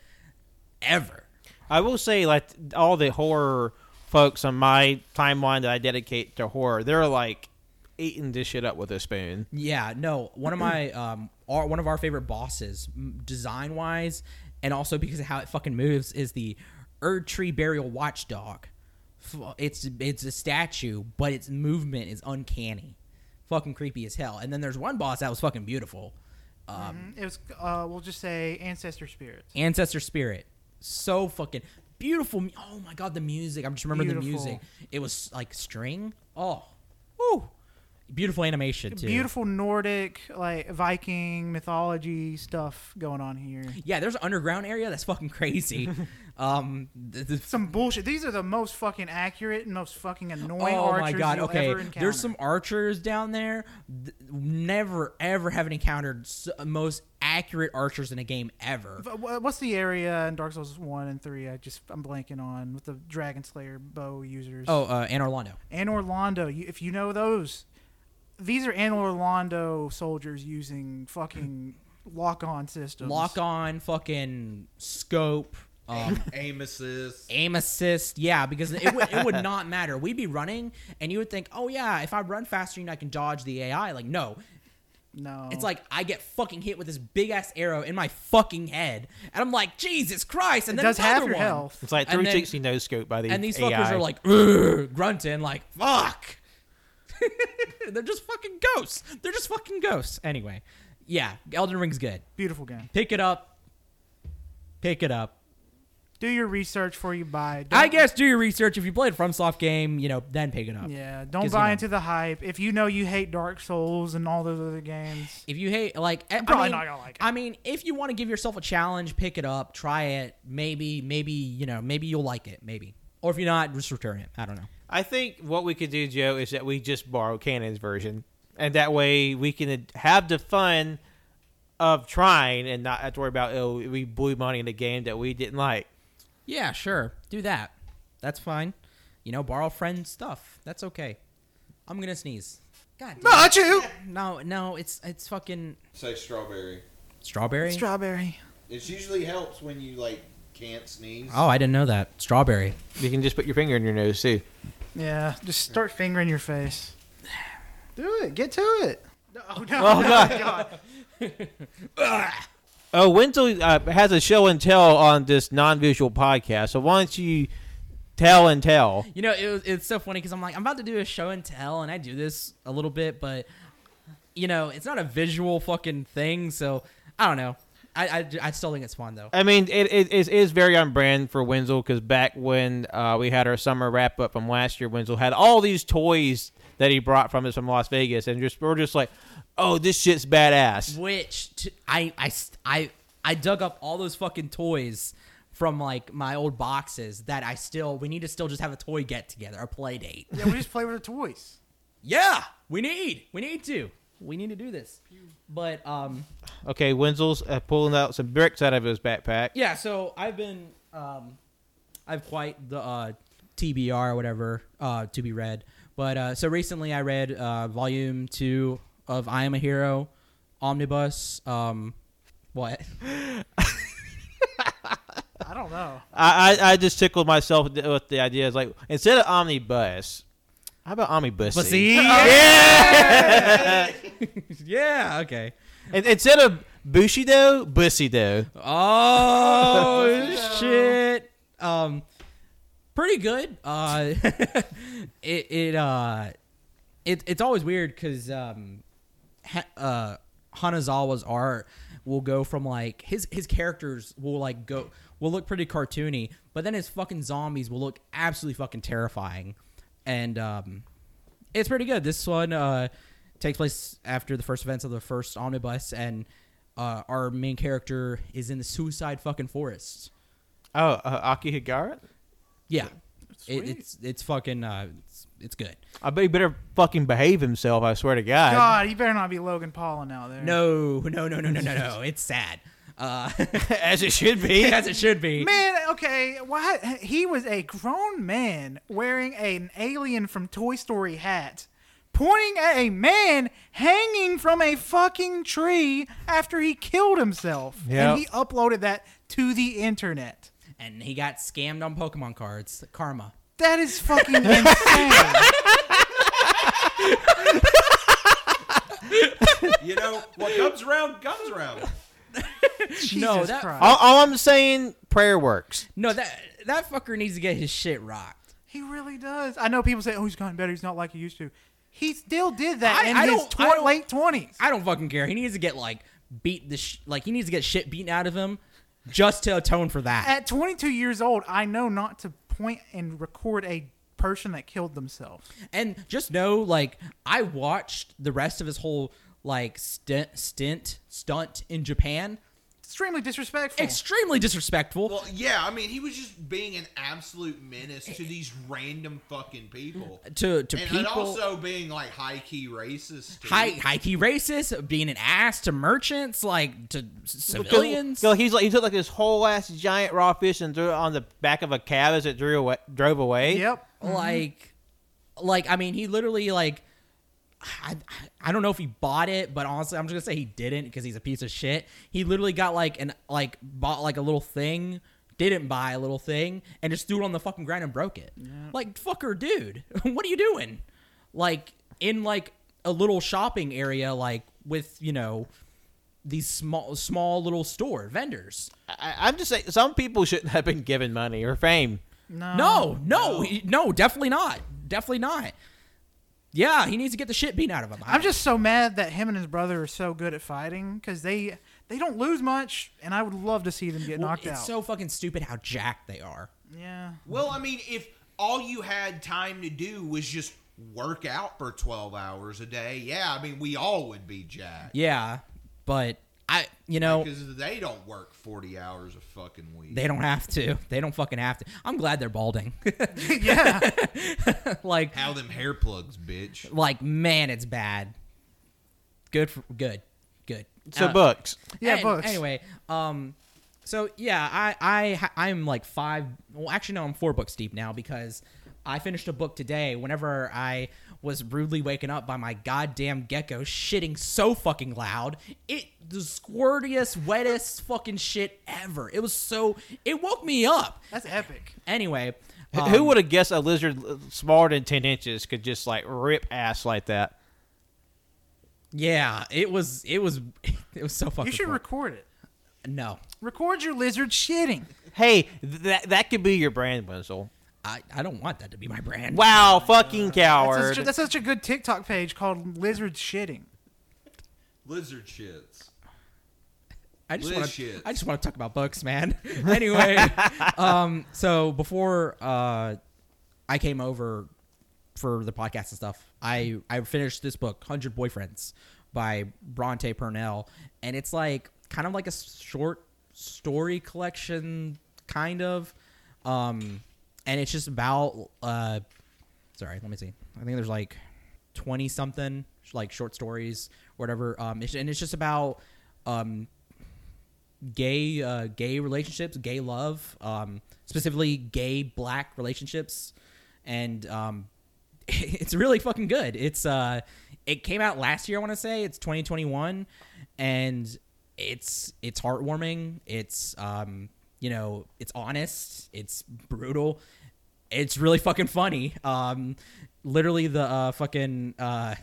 A: ever
C: I will say, like all the horror folks on my timeline that I dedicate to horror, they're like eating this shit up with a spoon.
A: Yeah, no. One of my um, our, one of our favorite bosses, design wise, and also because of how it fucking moves, is the Erd Tree Burial Watchdog. F- It's it's a statue, but its movement is uncanny, fucking creepy as hell. And then there's one boss that was fucking beautiful, um,
B: It was. Uh, we'll just say ancestor spirits.
A: Ancestor Spirit. So fucking beautiful. mu- Oh my god, the music! I'm just remembering
B: Beautiful.
A: the music. It was like string. Oh, woo, beautiful animation too.
B: Beautiful Nordic, like Viking mythology stuff going on here.
A: Yeah, there's an underground area that's fucking crazy. um, th- th-
B: Some bullshit. These are the most fucking accurate and most fucking annoying
A: oh
B: archers
A: my god!
B: you'll
A: Okay,
B: ever encounter.
A: there's some archers down there. Th- never ever have encountered s- most accurate archers in a game ever.
B: But wha- What's the area in Dark Souls one and three? I just I'm blanking on with the Dragon Slayer bow users.
A: Oh, uh, and Orlando.
B: and Orlando. You, if you know those, these are and Orlando soldiers using fucking lock-on systems.
A: Lock on, fucking scope, um,
D: aim assist.
A: aim assist. Yeah, because it, would it would not matter. We'd be running, and you would think, oh, yeah, if I run faster, you know, I can dodge the AI. Like, no.
B: No,
A: It's like I get fucking hit with this big ass arrow in my fucking head, and I'm like, Jesus Christ! And
B: it
A: then
B: does
A: another
B: half your
A: one.
B: health.
C: It's like
A: And then-
C: 360 no scope by the
A: and these
C: AI.
A: fuckers are like "Ugh," grunting like fuck they're just fucking ghosts they're just fucking ghosts anyway yeah elden ring's good
B: Beautiful game.
A: pick it up pick it up
B: Do your research before you buy.
A: i
B: Don't-
A: guess do your research if you played a fromsoft game you know then pick it up
B: Yeah, don't
A: 'Cause,
B: buy
A: you know.
B: into the hype. If you know you hate Dark Souls and all those other games,
A: if you hate like eh, i
B: probably
A: mean,
B: not gonna like it.
A: I mean, if you want to give yourself a challenge pick it up try it maybe maybe you know maybe you'll like it maybe or if you're not just return it i don't know
C: I think what we could do, Joe, is that we just borrow Canon's version, and that way we can have the fun of trying and not have to worry about oh we blew money in a game that we didn't like.
A: yeah sure do that that's fine you know borrow friend stuff that's okay i'm gonna sneeze god damn.
B: not you.
A: No, no, it's it's fucking
D: Say strawberry.
A: strawberry.
B: Strawberry.
D: It usually helps when you like can't sneeze.
A: oh, I didn't know that. Strawberry.
C: You can just put your finger in your nose too.
B: Yeah, just start fingering your face. Do it. Get to it. No, no.
C: Oh god. oh, Wenzel uh, has a show and tell on this non-visual podcast. So why don't you tell and tell?
A: You know, it was, it's so funny because I'm like, I'm about to do a show and tell, and I do this a little bit, but you know, it's not a visual fucking thing, so I don't know. I I, I still think it's fun though.
C: I mean, it, it, it is very on brand for Wenzel because back when uh, we had our summer wrap up from last year, Wenzel had all these toys that he brought from us from Las Vegas, and just we're just like, oh, this shit's badass.
A: Which t- I I s- I I dug up all those fucking toys from like my old boxes that I still we need to still just have a toy get together, a play date.
B: Yeah, we just play with the toys.
A: Yeah, we need we need to we need to do this. But um.
C: Okay, Wenzel's uh, pulling out some bricks out of his backpack.
A: Yeah, so I've been um I've quite the uh TBR or whatever uh to be read. But uh so recently I read uh volume 2 of I Am a Hero Omnibus um what?
B: I don't know.
C: I, I I just tickled myself with the- with the idea. It's like instead of omnibus, how about omnibus?
A: yeah, okay.
C: And instead of bushido, bussido.
A: Oh shit. Um pretty good. Uh it it uh it it's always weird cuz um ha- uh Hanazawa's art will go from like his his characters will like go will look pretty cartoony, but then his fucking zombies will look absolutely fucking terrifying. And um it's pretty good. This one uh, takes place after the first events of the first omnibus, and uh, our main character is in the suicide fucking forest.
C: Oh, uh, Akihigara.
A: Yeah,
B: Sweet.
A: it, it's it's fucking uh, it's, it's good.
C: I bet he better fucking behave himself. I swear to God.
B: God, you better not be Logan Paulin out there.
A: No, no, no, no, no, no, no. It's sad, uh,
C: As it should be.
A: as it should be.
B: Man, okay, why he was a grown man wearing an alien from Toy Story hat, pointing at a man hanging from a fucking tree after he killed himself,
C: Yep.
B: and he uploaded that to the internet.
A: And he got scammed on Pokemon cards. Karma.
B: That is fucking insane.
D: You know what comes around comes around.
B: Jesus
A: No, that-
B: Christ.
C: All, all I'm saying, prayer works.
A: No, that that fucker needs to get his shit rocked.
B: He really does. I know people say, "Oh, he's gotten better. He's not like he used to." He still did that
A: I-
B: in
A: I
B: his
A: don't- I
B: tw-
A: don't-
B: late twenties.
A: I don't fucking care. He needs to get like beat the sh- like he needs to get shit beaten out of him just to atone for that.
B: At 22 years old, I know not to point and record a person that killed themselves.
A: And just know, like, I watched the rest of his whole like stint, stint, stunt in Japan.
B: extremely disrespectful.
A: Extremely disrespectful.
D: Oh. Well, yeah, I mean, he was just being an absolute menace to these random fucking people.
A: to to
D: and,
A: people
D: and also being like high key racist. too.
A: high high key racist, being an ass to merchants, like to c-
C: Because-
A: civilians.
C: Yo, he's like he took like this whole ass giant raw fish and threw it on the back of a cab as it drew away, drove away.
B: Yep.
A: Like, like I mean, he literally like. I, I don't know if he bought it, but honestly, I'm just gonna say he didn't because he's a piece of shit. He literally got like an like bought like a little thing, didn't buy a little thing, and just threw it on the fucking ground and broke it. Like fucker, dude, what are you doing? Like in like a little shopping area, like with you know these small small little store vendors.
C: I, I'm just saying some people shouldn't have been given money or fame.
B: Oh, No.
A: No, no, he- no, definitely not. Definitely not. Yeah, he needs to get the shit beat out of him.
B: I'm just so mad that him and his brother are so good at fighting because they they don't lose much, and I would love to see them get
A: Well,
B: knocked
A: it's
B: out.
A: so fucking stupid how jacked they are.
B: yeah.
D: Well, I mean, if all you had time to do was just work out for 12 hours a day, yeah, I mean, we all would be jacked.
A: Yeah, but I, you know,
D: Because they don't work 40 hours a fucking week.
A: they don't have to. They don't fucking have to. I'm glad they're balding.
B: yeah.
A: like,
D: How them hair plugs, bitch.
A: like man, it's bad. Good, for, good, good.
C: So
A: Uh,
C: books.
B: Yeah,
A: An-
B: books.
A: Anyway, um, so yeah, I I I'm like five. Well, actually, no, I'm four books deep now because I finished a book today. Whenever I was rudely waken up by my goddamn gecko shitting so fucking loud, it the squirtiest, wettest fucking shit ever. It was so it woke me up.
B: That's epic.
A: Anyway,
C: Who- Who would have guessed a lizard l- smaller than ten inches could just like rip ass like that?
A: yeah, it was it was it was so fucking.
B: You should
A: fun.
B: record it.
A: no.
B: Record your lizard shitting.
C: Hey, th- that that could be your brand whistle.
A: I, I don't want that to be my brand.
C: Wow, fucking
B: That's
C: coward.
B: such, a, that's such a good TikTok page called Lizard Shitting.
D: Lizard shits.
A: I just
D: Liz
A: want to.
D: shits.
A: I just want to talk about books, man. anyway, um, so before uh, I came over for the podcast and stuff, I I finished this book, Hundred Boyfriends, by Bronte Purnell, and it's like kind of like a s- short story collection, kind of, um, and it's just about. Uh, sorry, let me see. I think there's like twenty something like short stories, whatever. Um, it's- and it's just about um gay uh, gay relationships, gay love, um, specifically gay black relationships, and um, it's really fucking good. It's uh, it came out last year. I want to say it's 2021, and it's it's heartwarming. It's um, you know, it's honest. It's brutal. It's really fucking funny. Um, literally the uh, fucking uh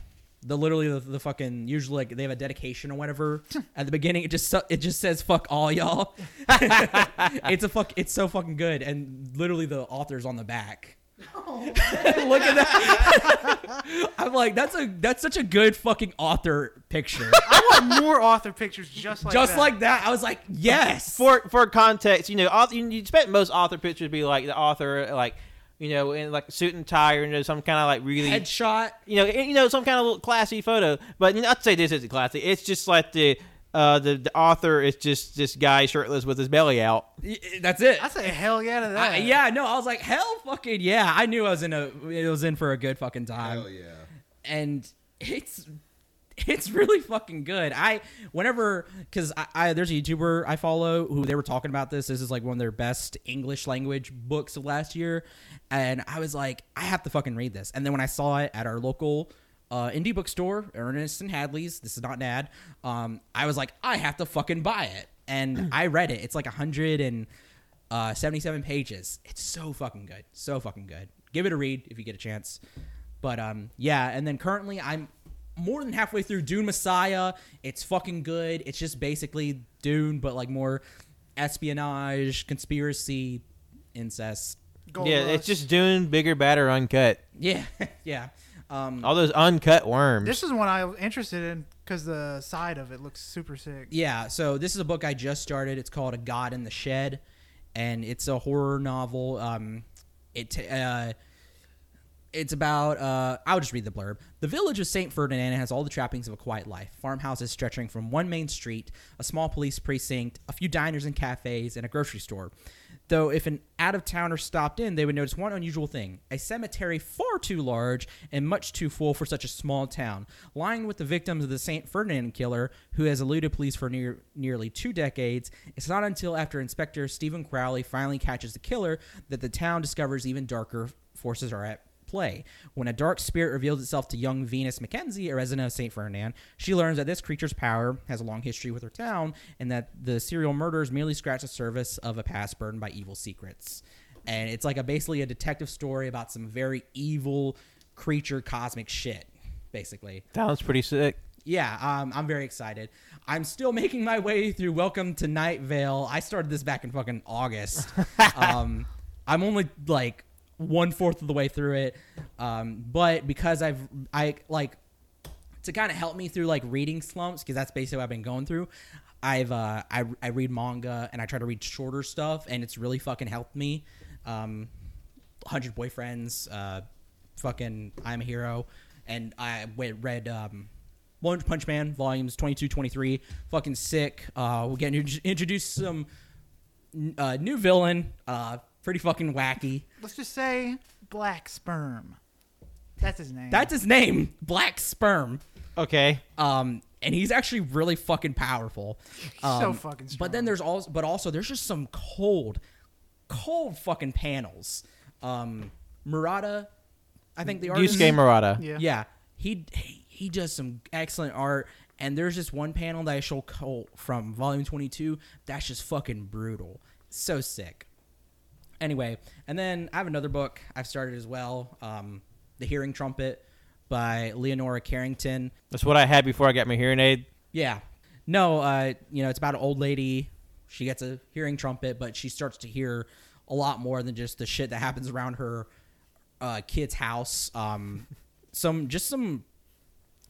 A: the literally the, the fucking usually like they have a dedication or whatever at the beginning it just su- it just says fuck all y'all it's a fuck it's so fucking good and literally the author's on the back look at that i'm like that's a that's such a good fucking author picture
B: I want more author pictures just like
A: just
B: that.
A: like that i was like yes
C: for for context, you know, author, you you expect most author pictures to be like the author, like you know, in like suit and tie, or you know, some kind of like really,
A: headshot
C: you know, you know, some kind of little classy photo. But you know, I'd say this isn't classy. It's just like the uh, the, the author is just this guy shirtless with his belly out.
A: Y- y- that's it
B: I say hell yeah to that.
A: I- yeah no i was like hell fucking yeah i knew i was in a it was in for a good fucking time
D: Hell yeah.
A: and it's it's really fucking good. I whenever because I, I there's a YouTuber I follow who they were talking about this. This is like one of their best English language books of last year, and I was like, I have to fucking read this. And then when I saw it at our local uh, indie bookstore, Ernest and Hadley's, this is not an ad. Um, I was like, I have to fucking buy it, and I read it. It's like a hundred and uh, 77 pages. It's so fucking good. So fucking good. Give it a read if you get a chance. But um, yeah, and then currently I'm more than halfway through Dune Messiah. It's fucking good. It's just basically Dune, but like more espionage, conspiracy, incest.
B: Gold
C: yeah,
B: Rush.
C: it's just doing bigger, badder, uncut.
A: Yeah, yeah. Um,
C: All those uncut worms.
B: This is one I was interested in because the side of it looks super sick.
A: Yeah, so this is a book I just started. It's called A God in the Shed, and it's a horror novel. Um, it uh, it's about uh, i'll just read the blurb the village of st ferdinand has all the trappings of a quiet life farmhouses stretching from one main street a small police precinct a few diners and cafes and a grocery store though if an out-of-towner stopped in they would notice one unusual thing a cemetery far too large and much too full for such a small town lying with the victims of the st ferdinand killer who has eluded police for near, nearly two decades it's not until after inspector stephen crowley finally catches the killer that the town discovers even darker forces are at play. When a dark spirit reveals itself to young Venus Mackenzie, a resident of St. Ferdinand, she learns that this creature's power has a long history with her town and that the serial murders merely scratch the surface of a past burdened by evil secrets. And it's like a basically a detective story about some very evil creature cosmic shit, basically.
C: Sounds pretty sick.
A: Yeah, um, I'm very excited. I'm still making my way through Welcome to Night Vale. I started this back in fucking August. um, I'm only like one fourth of the way through it, um, but because I've I like to kind of help me through like reading slumps because that's basically what I've been going through. I've uh, I I read manga and I try to read shorter stuff and it's really fucking helped me. Um, Hundred boyfriends, uh, fucking I'm a hero, and I went read um, One Punch Man volumes 22, 23, fucking sick. Uh, we're getting introduced to some n- uh, new villain, uh, pretty fucking wacky.
B: Let's just say Black Sperm. That's his name.
A: That's his name, Black Sperm.
C: Okay.
A: Um, and he's actually really fucking powerful. Um,
B: so fucking strong.
A: But then there's also, but also there's just some cold, cold fucking panels. Um, Murata, I think the artist.
C: Yusuke Murata.
B: Yeah.
A: Yeah, he he does some excellent art. And there's this one panel that I show Colt from Volume 22. That's just fucking brutal. So sick. Anyway, and then I have another book I've started as well, um, "The Hearing Trumpet" by Leonora Carrington.
C: That's what I had before I got my hearing aid.
A: Yeah. No, uh, you know, it's about an old lady. She gets a hearing trumpet, but she starts to hear a lot more than just the shit that happens around her uh, kid's house. Um, some just some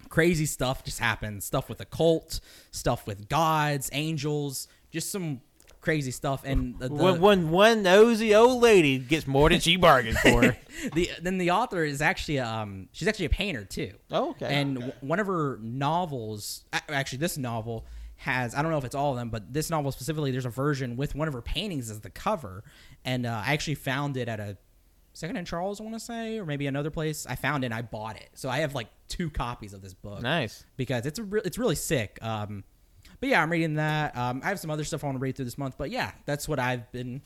A: crazy stuff just happens. Stuff with the cult, stuff with gods, angels, just some crazy stuff. And the, the,
C: When, when one nosy old lady gets more than she bargained for.
A: the then the author is actually um she's actually a painter too.
C: Oh, okay.
A: And w- one of her novels, a- actually this novel has I don't know if it's all of them, but this novel specifically, there's a version with one of her paintings as the cover, and uh, I actually found it at a second in Charles, I want to say, or maybe another place. I found it, and I bought it, so I have like two copies of this book
C: nice.
A: because it's a re- it's really sick. Um, but yeah, I'm reading that. Um, I have some other stuff I want to read through this month, but yeah, that's what I've been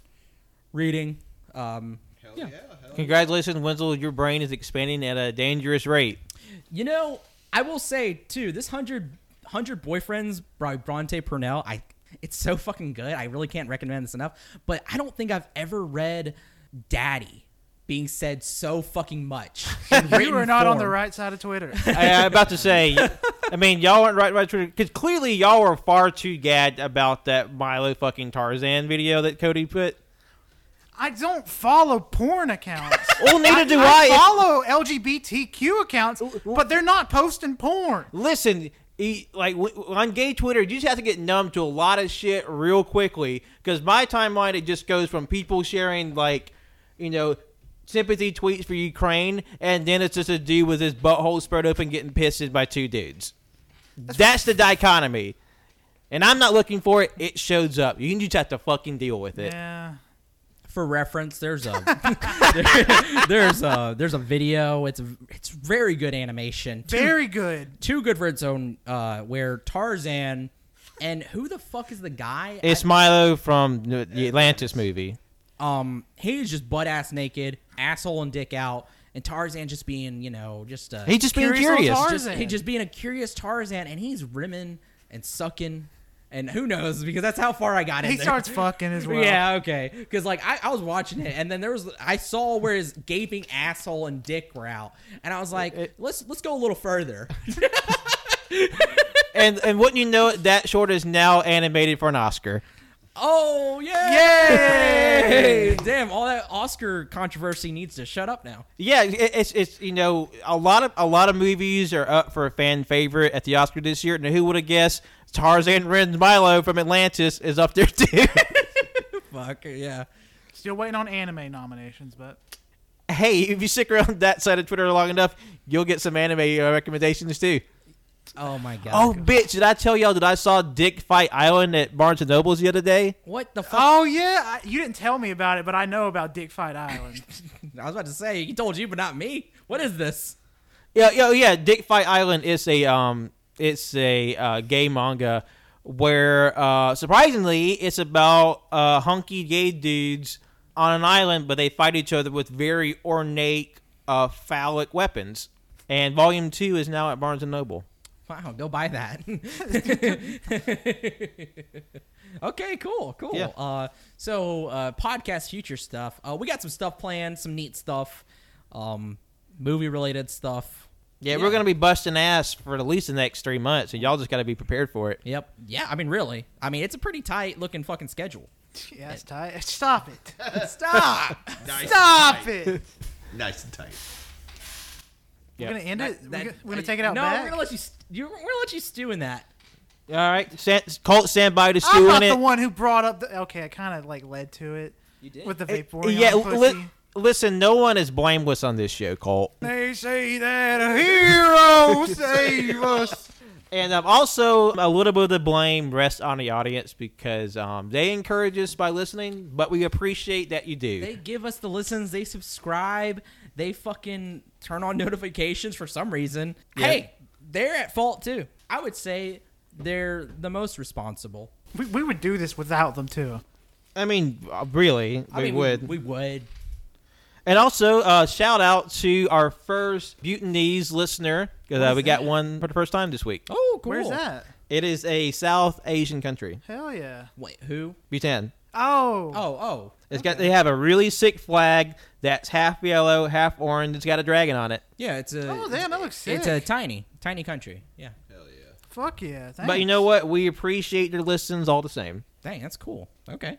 A: reading. Um,
D: Hell
A: yeah.
D: yeah. hell
C: Congratulations, Wenzel. Your brain is expanding at a dangerous rate.
A: You know, I will say too, this 100, 100 boyfriends by Bronte Purnell, I it's so fucking good. I really can't recommend this enough. But I don't think I've ever read "daddy" being said so fucking much. in
B: you
A: written
B: are not on the
A: form.
B: right side of Twitter.
C: I, am about to say, I mean, y'all aren't right, right, because clearly y'all were far too gad about that Milo fucking Tarzan video that Cody put.
B: I don't follow porn accounts.
C: Well, neither do
B: I
C: I. If-
B: follow LGBTQ accounts, but they're not posting porn.
C: listen, e- like w- w- on gay Twitter, you just have to get numb to a lot of shit real quickly. Because my timeline, it just goes from people sharing like, you know, sympathy tweets for Ukraine, and then it's just a dude with his butthole spread open getting pissed by two dudes. That's, the dichotomy. And I'm not looking for it. It shows up. You can just have to fucking deal with it.
B: Yeah.
A: For reference, there's a there- there's a there's a video. It's a, it's very good animation. Too,
B: Very good.
A: too good for its own. Uh, where Tarzan and who the fuck is the guy? I-
C: It's Milo from the the Atlantis movie.
A: Um, he is just butt ass naked, asshole and dick out, and Tarzan just being, you know, just uh,
C: He's just being
B: Curious old
C: curious.
B: Tarzan.
A: just he just being a curious Tarzan, and he's rimming and sucking, and who knows because that's how far I got in.
B: He
A: there.
B: starts fucking as well.
A: Yeah, okay. Because like I, I was watching it, and then there was I saw where his gaping asshole and dick were out, and I was like, let's let's go a little further.
C: and and wouldn't you know it, that short is now animated for an Oscar.
A: oh yeah,
B: Yay!
A: Damn, all that Oscar controversy needs to shut up now.
C: Yeah, it- it's it's you know a lot of a lot of movies are up for a fan favorite at the Oscar this year, and who would have guessed Tarzan Ren's Milo from Atlantis is up there too.
A: Fuck yeah.
B: Still waiting on anime nominations, but
C: hey, if you stick around that side of Twitter long enough, you'll get some anime uh, recommendations too.
A: Oh my god.
C: Oh, bitch! Did I tell y'all that I saw Dick Fight Island at Barnes and Nobles the other day?
A: what the fuck?
B: Oh yeah, I, you didn't tell me about it, but I know about Dick Fight Island.
A: I was about to say he told you, but not me. What is this?
C: Yeah, yeah, oh, yeah. Dick Fight Island is a um, it's a uh, gay manga where uh, surprisingly it's about uh, hunky gay dudes on an island, but they fight each other with very ornate uh, phallic weapons. And volume two is now at Barnes and Noble.
A: Wow, go buy that. okay, cool, cool.
C: Yeah.
A: Uh, so uh, podcast future stuff. Uh, we got some stuff planned, some neat stuff, um, movie related stuff.
C: Yeah,
A: Yeah.
C: we're gonna be busting ass for at least the next three months, and y'all just gotta be prepared for it.
A: Yep. Yeah. I mean, really. I mean, it's a pretty tight looking fucking schedule.
B: yeah, it's tight. Stop it!
A: Stop.
D: Nice
B: Stop
D: and tight.
B: it! We're
D: Nice and tight.
C: Yep.
B: gonna end it.
A: That-
B: We're
A: that-
B: gonna- we're gonna take it out
A: No,
B: back.
A: we're gonna let you. St- you. We're gonna let you stew in that.
C: All right, Stand, Colt, stand by to
B: I'm
C: stew
B: not
C: in it.
B: the one who brought up the. Okay, I kind of like led to it.
A: You did.
B: with the
C: Eh,
B: vape boring
C: yeah,
B: on
C: li-
B: pussy.
C: listen, no one is blameless on this show, Colt.
B: They say that a hero save us.
C: And um, also, a little bit of the blame rests on the audience because um, they encourage us by listening, but we appreciate that you do.
A: They give us the listens. They subscribe. They fucking turn on notifications for some reason.
C: Yeah.
A: Hey, they're at fault too. I would say they're the most responsible.
B: We, we would do this without them too.
C: I mean, uh, really, we
A: I mean,
C: would.
A: We, would.
C: and also, uh, shout out to our first Bhutanese listener because uh,
A: is
C: we got
A: that?
C: one for the first time this week.
A: Oh, cool.
B: Where's that?
C: It is a South Asian country,
B: Hell yeah!
A: Wait, who?
C: Bhutan.
B: Oh,
A: Oh, oh.
C: It's got they have a really sick flag that's half yellow, half orange. It's got a dragon on it.
A: Yeah, it's a.
B: Oh, damn, that looks
A: It's a
B: sick.
A: tiny, tiny country. Yeah.
D: Hell yeah.
B: fuck yeah! Thanks.
C: But you know what? We appreciate your listens all the same.
A: Dang, that's cool. Okay.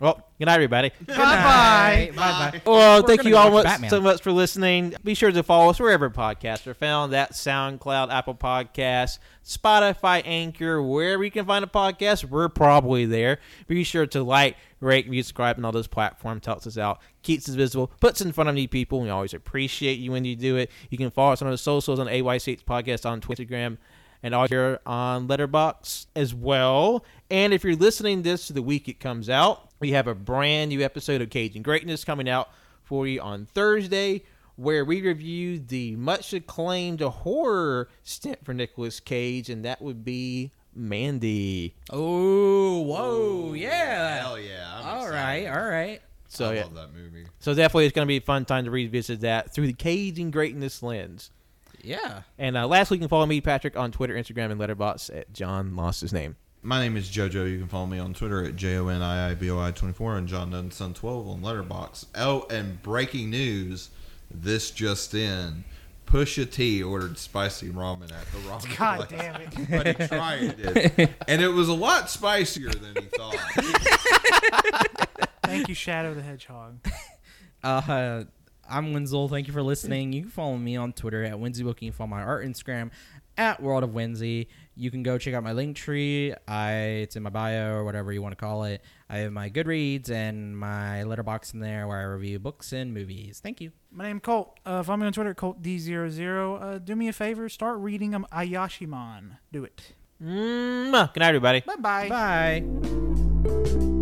C: Well, good night, everybody.
B: Bye bye.
A: Bye bye.
C: Well,
A: We're
C: thank
A: gonna
C: you
A: go
C: all
A: watch
C: much,
A: Batman.
C: so much for listening. Be sure to follow us wherever podcasts are found. That's SoundCloud, Apple Podcasts, Spotify, Anchor, wherever you can find a podcast, we're probably there. Be sure to like, rate, and subscribe on all those platforms. Helps us out, keeps us visible, puts us in front of new people. We always appreciate you when you do it. You can follow us on the socials on AYCH Podcast on Twitter, Instagram, and all here on Letterbox as well. And if you're listening this to the week it comes out, we have a brand new episode of Cajun Greatness coming out for you on Thursday, where we review the much acclaimed horror stint for Nicolas Cage, and that would be Mandy.
A: Oh, whoa. Yeah.
D: Hell yeah. I'm
A: Uh, All
D: excited.
A: right, all right.
C: So
D: I
C: yeah,
D: love that movie.
C: so definitely it's going to be a fun time to revisit that through the Cajun Greatness lens.
A: Yeah.
C: And uh, lastly, you can follow me, Patrick, on Twitter, Instagram, and Letterbox at John Lost His Name.
D: My name is JoJo. You can follow me on Twitter at J O N I I B O I 24 and John Dunson 12 on Letterbox. Oh, and breaking news this just in. Pusha T ordered spicy ramen at the wrong
B: God
D: place.
B: damn it!
D: But he tried it. And it was a lot spicier than he thought.
B: Thank you, Shadow the Hedgehog.
A: Uh, I'm Wenzel. Thank you for listening. You can follow me on Twitter at WenzelBook. You can follow my art Instagram at World of Wenzy. You can go check out my link tree. I it's in my bio or whatever you want to call it. I have my Goodreads and my letterbox in there where I review books and movies. Thank you.
B: My name Colt. Uh, follow me on Twitter, Colt D00. Uh, do me a favor, start reading um, Ayashimon. Do it.
C: Mwah. Good night, everybody.
B: Bye bye.
A: Bye.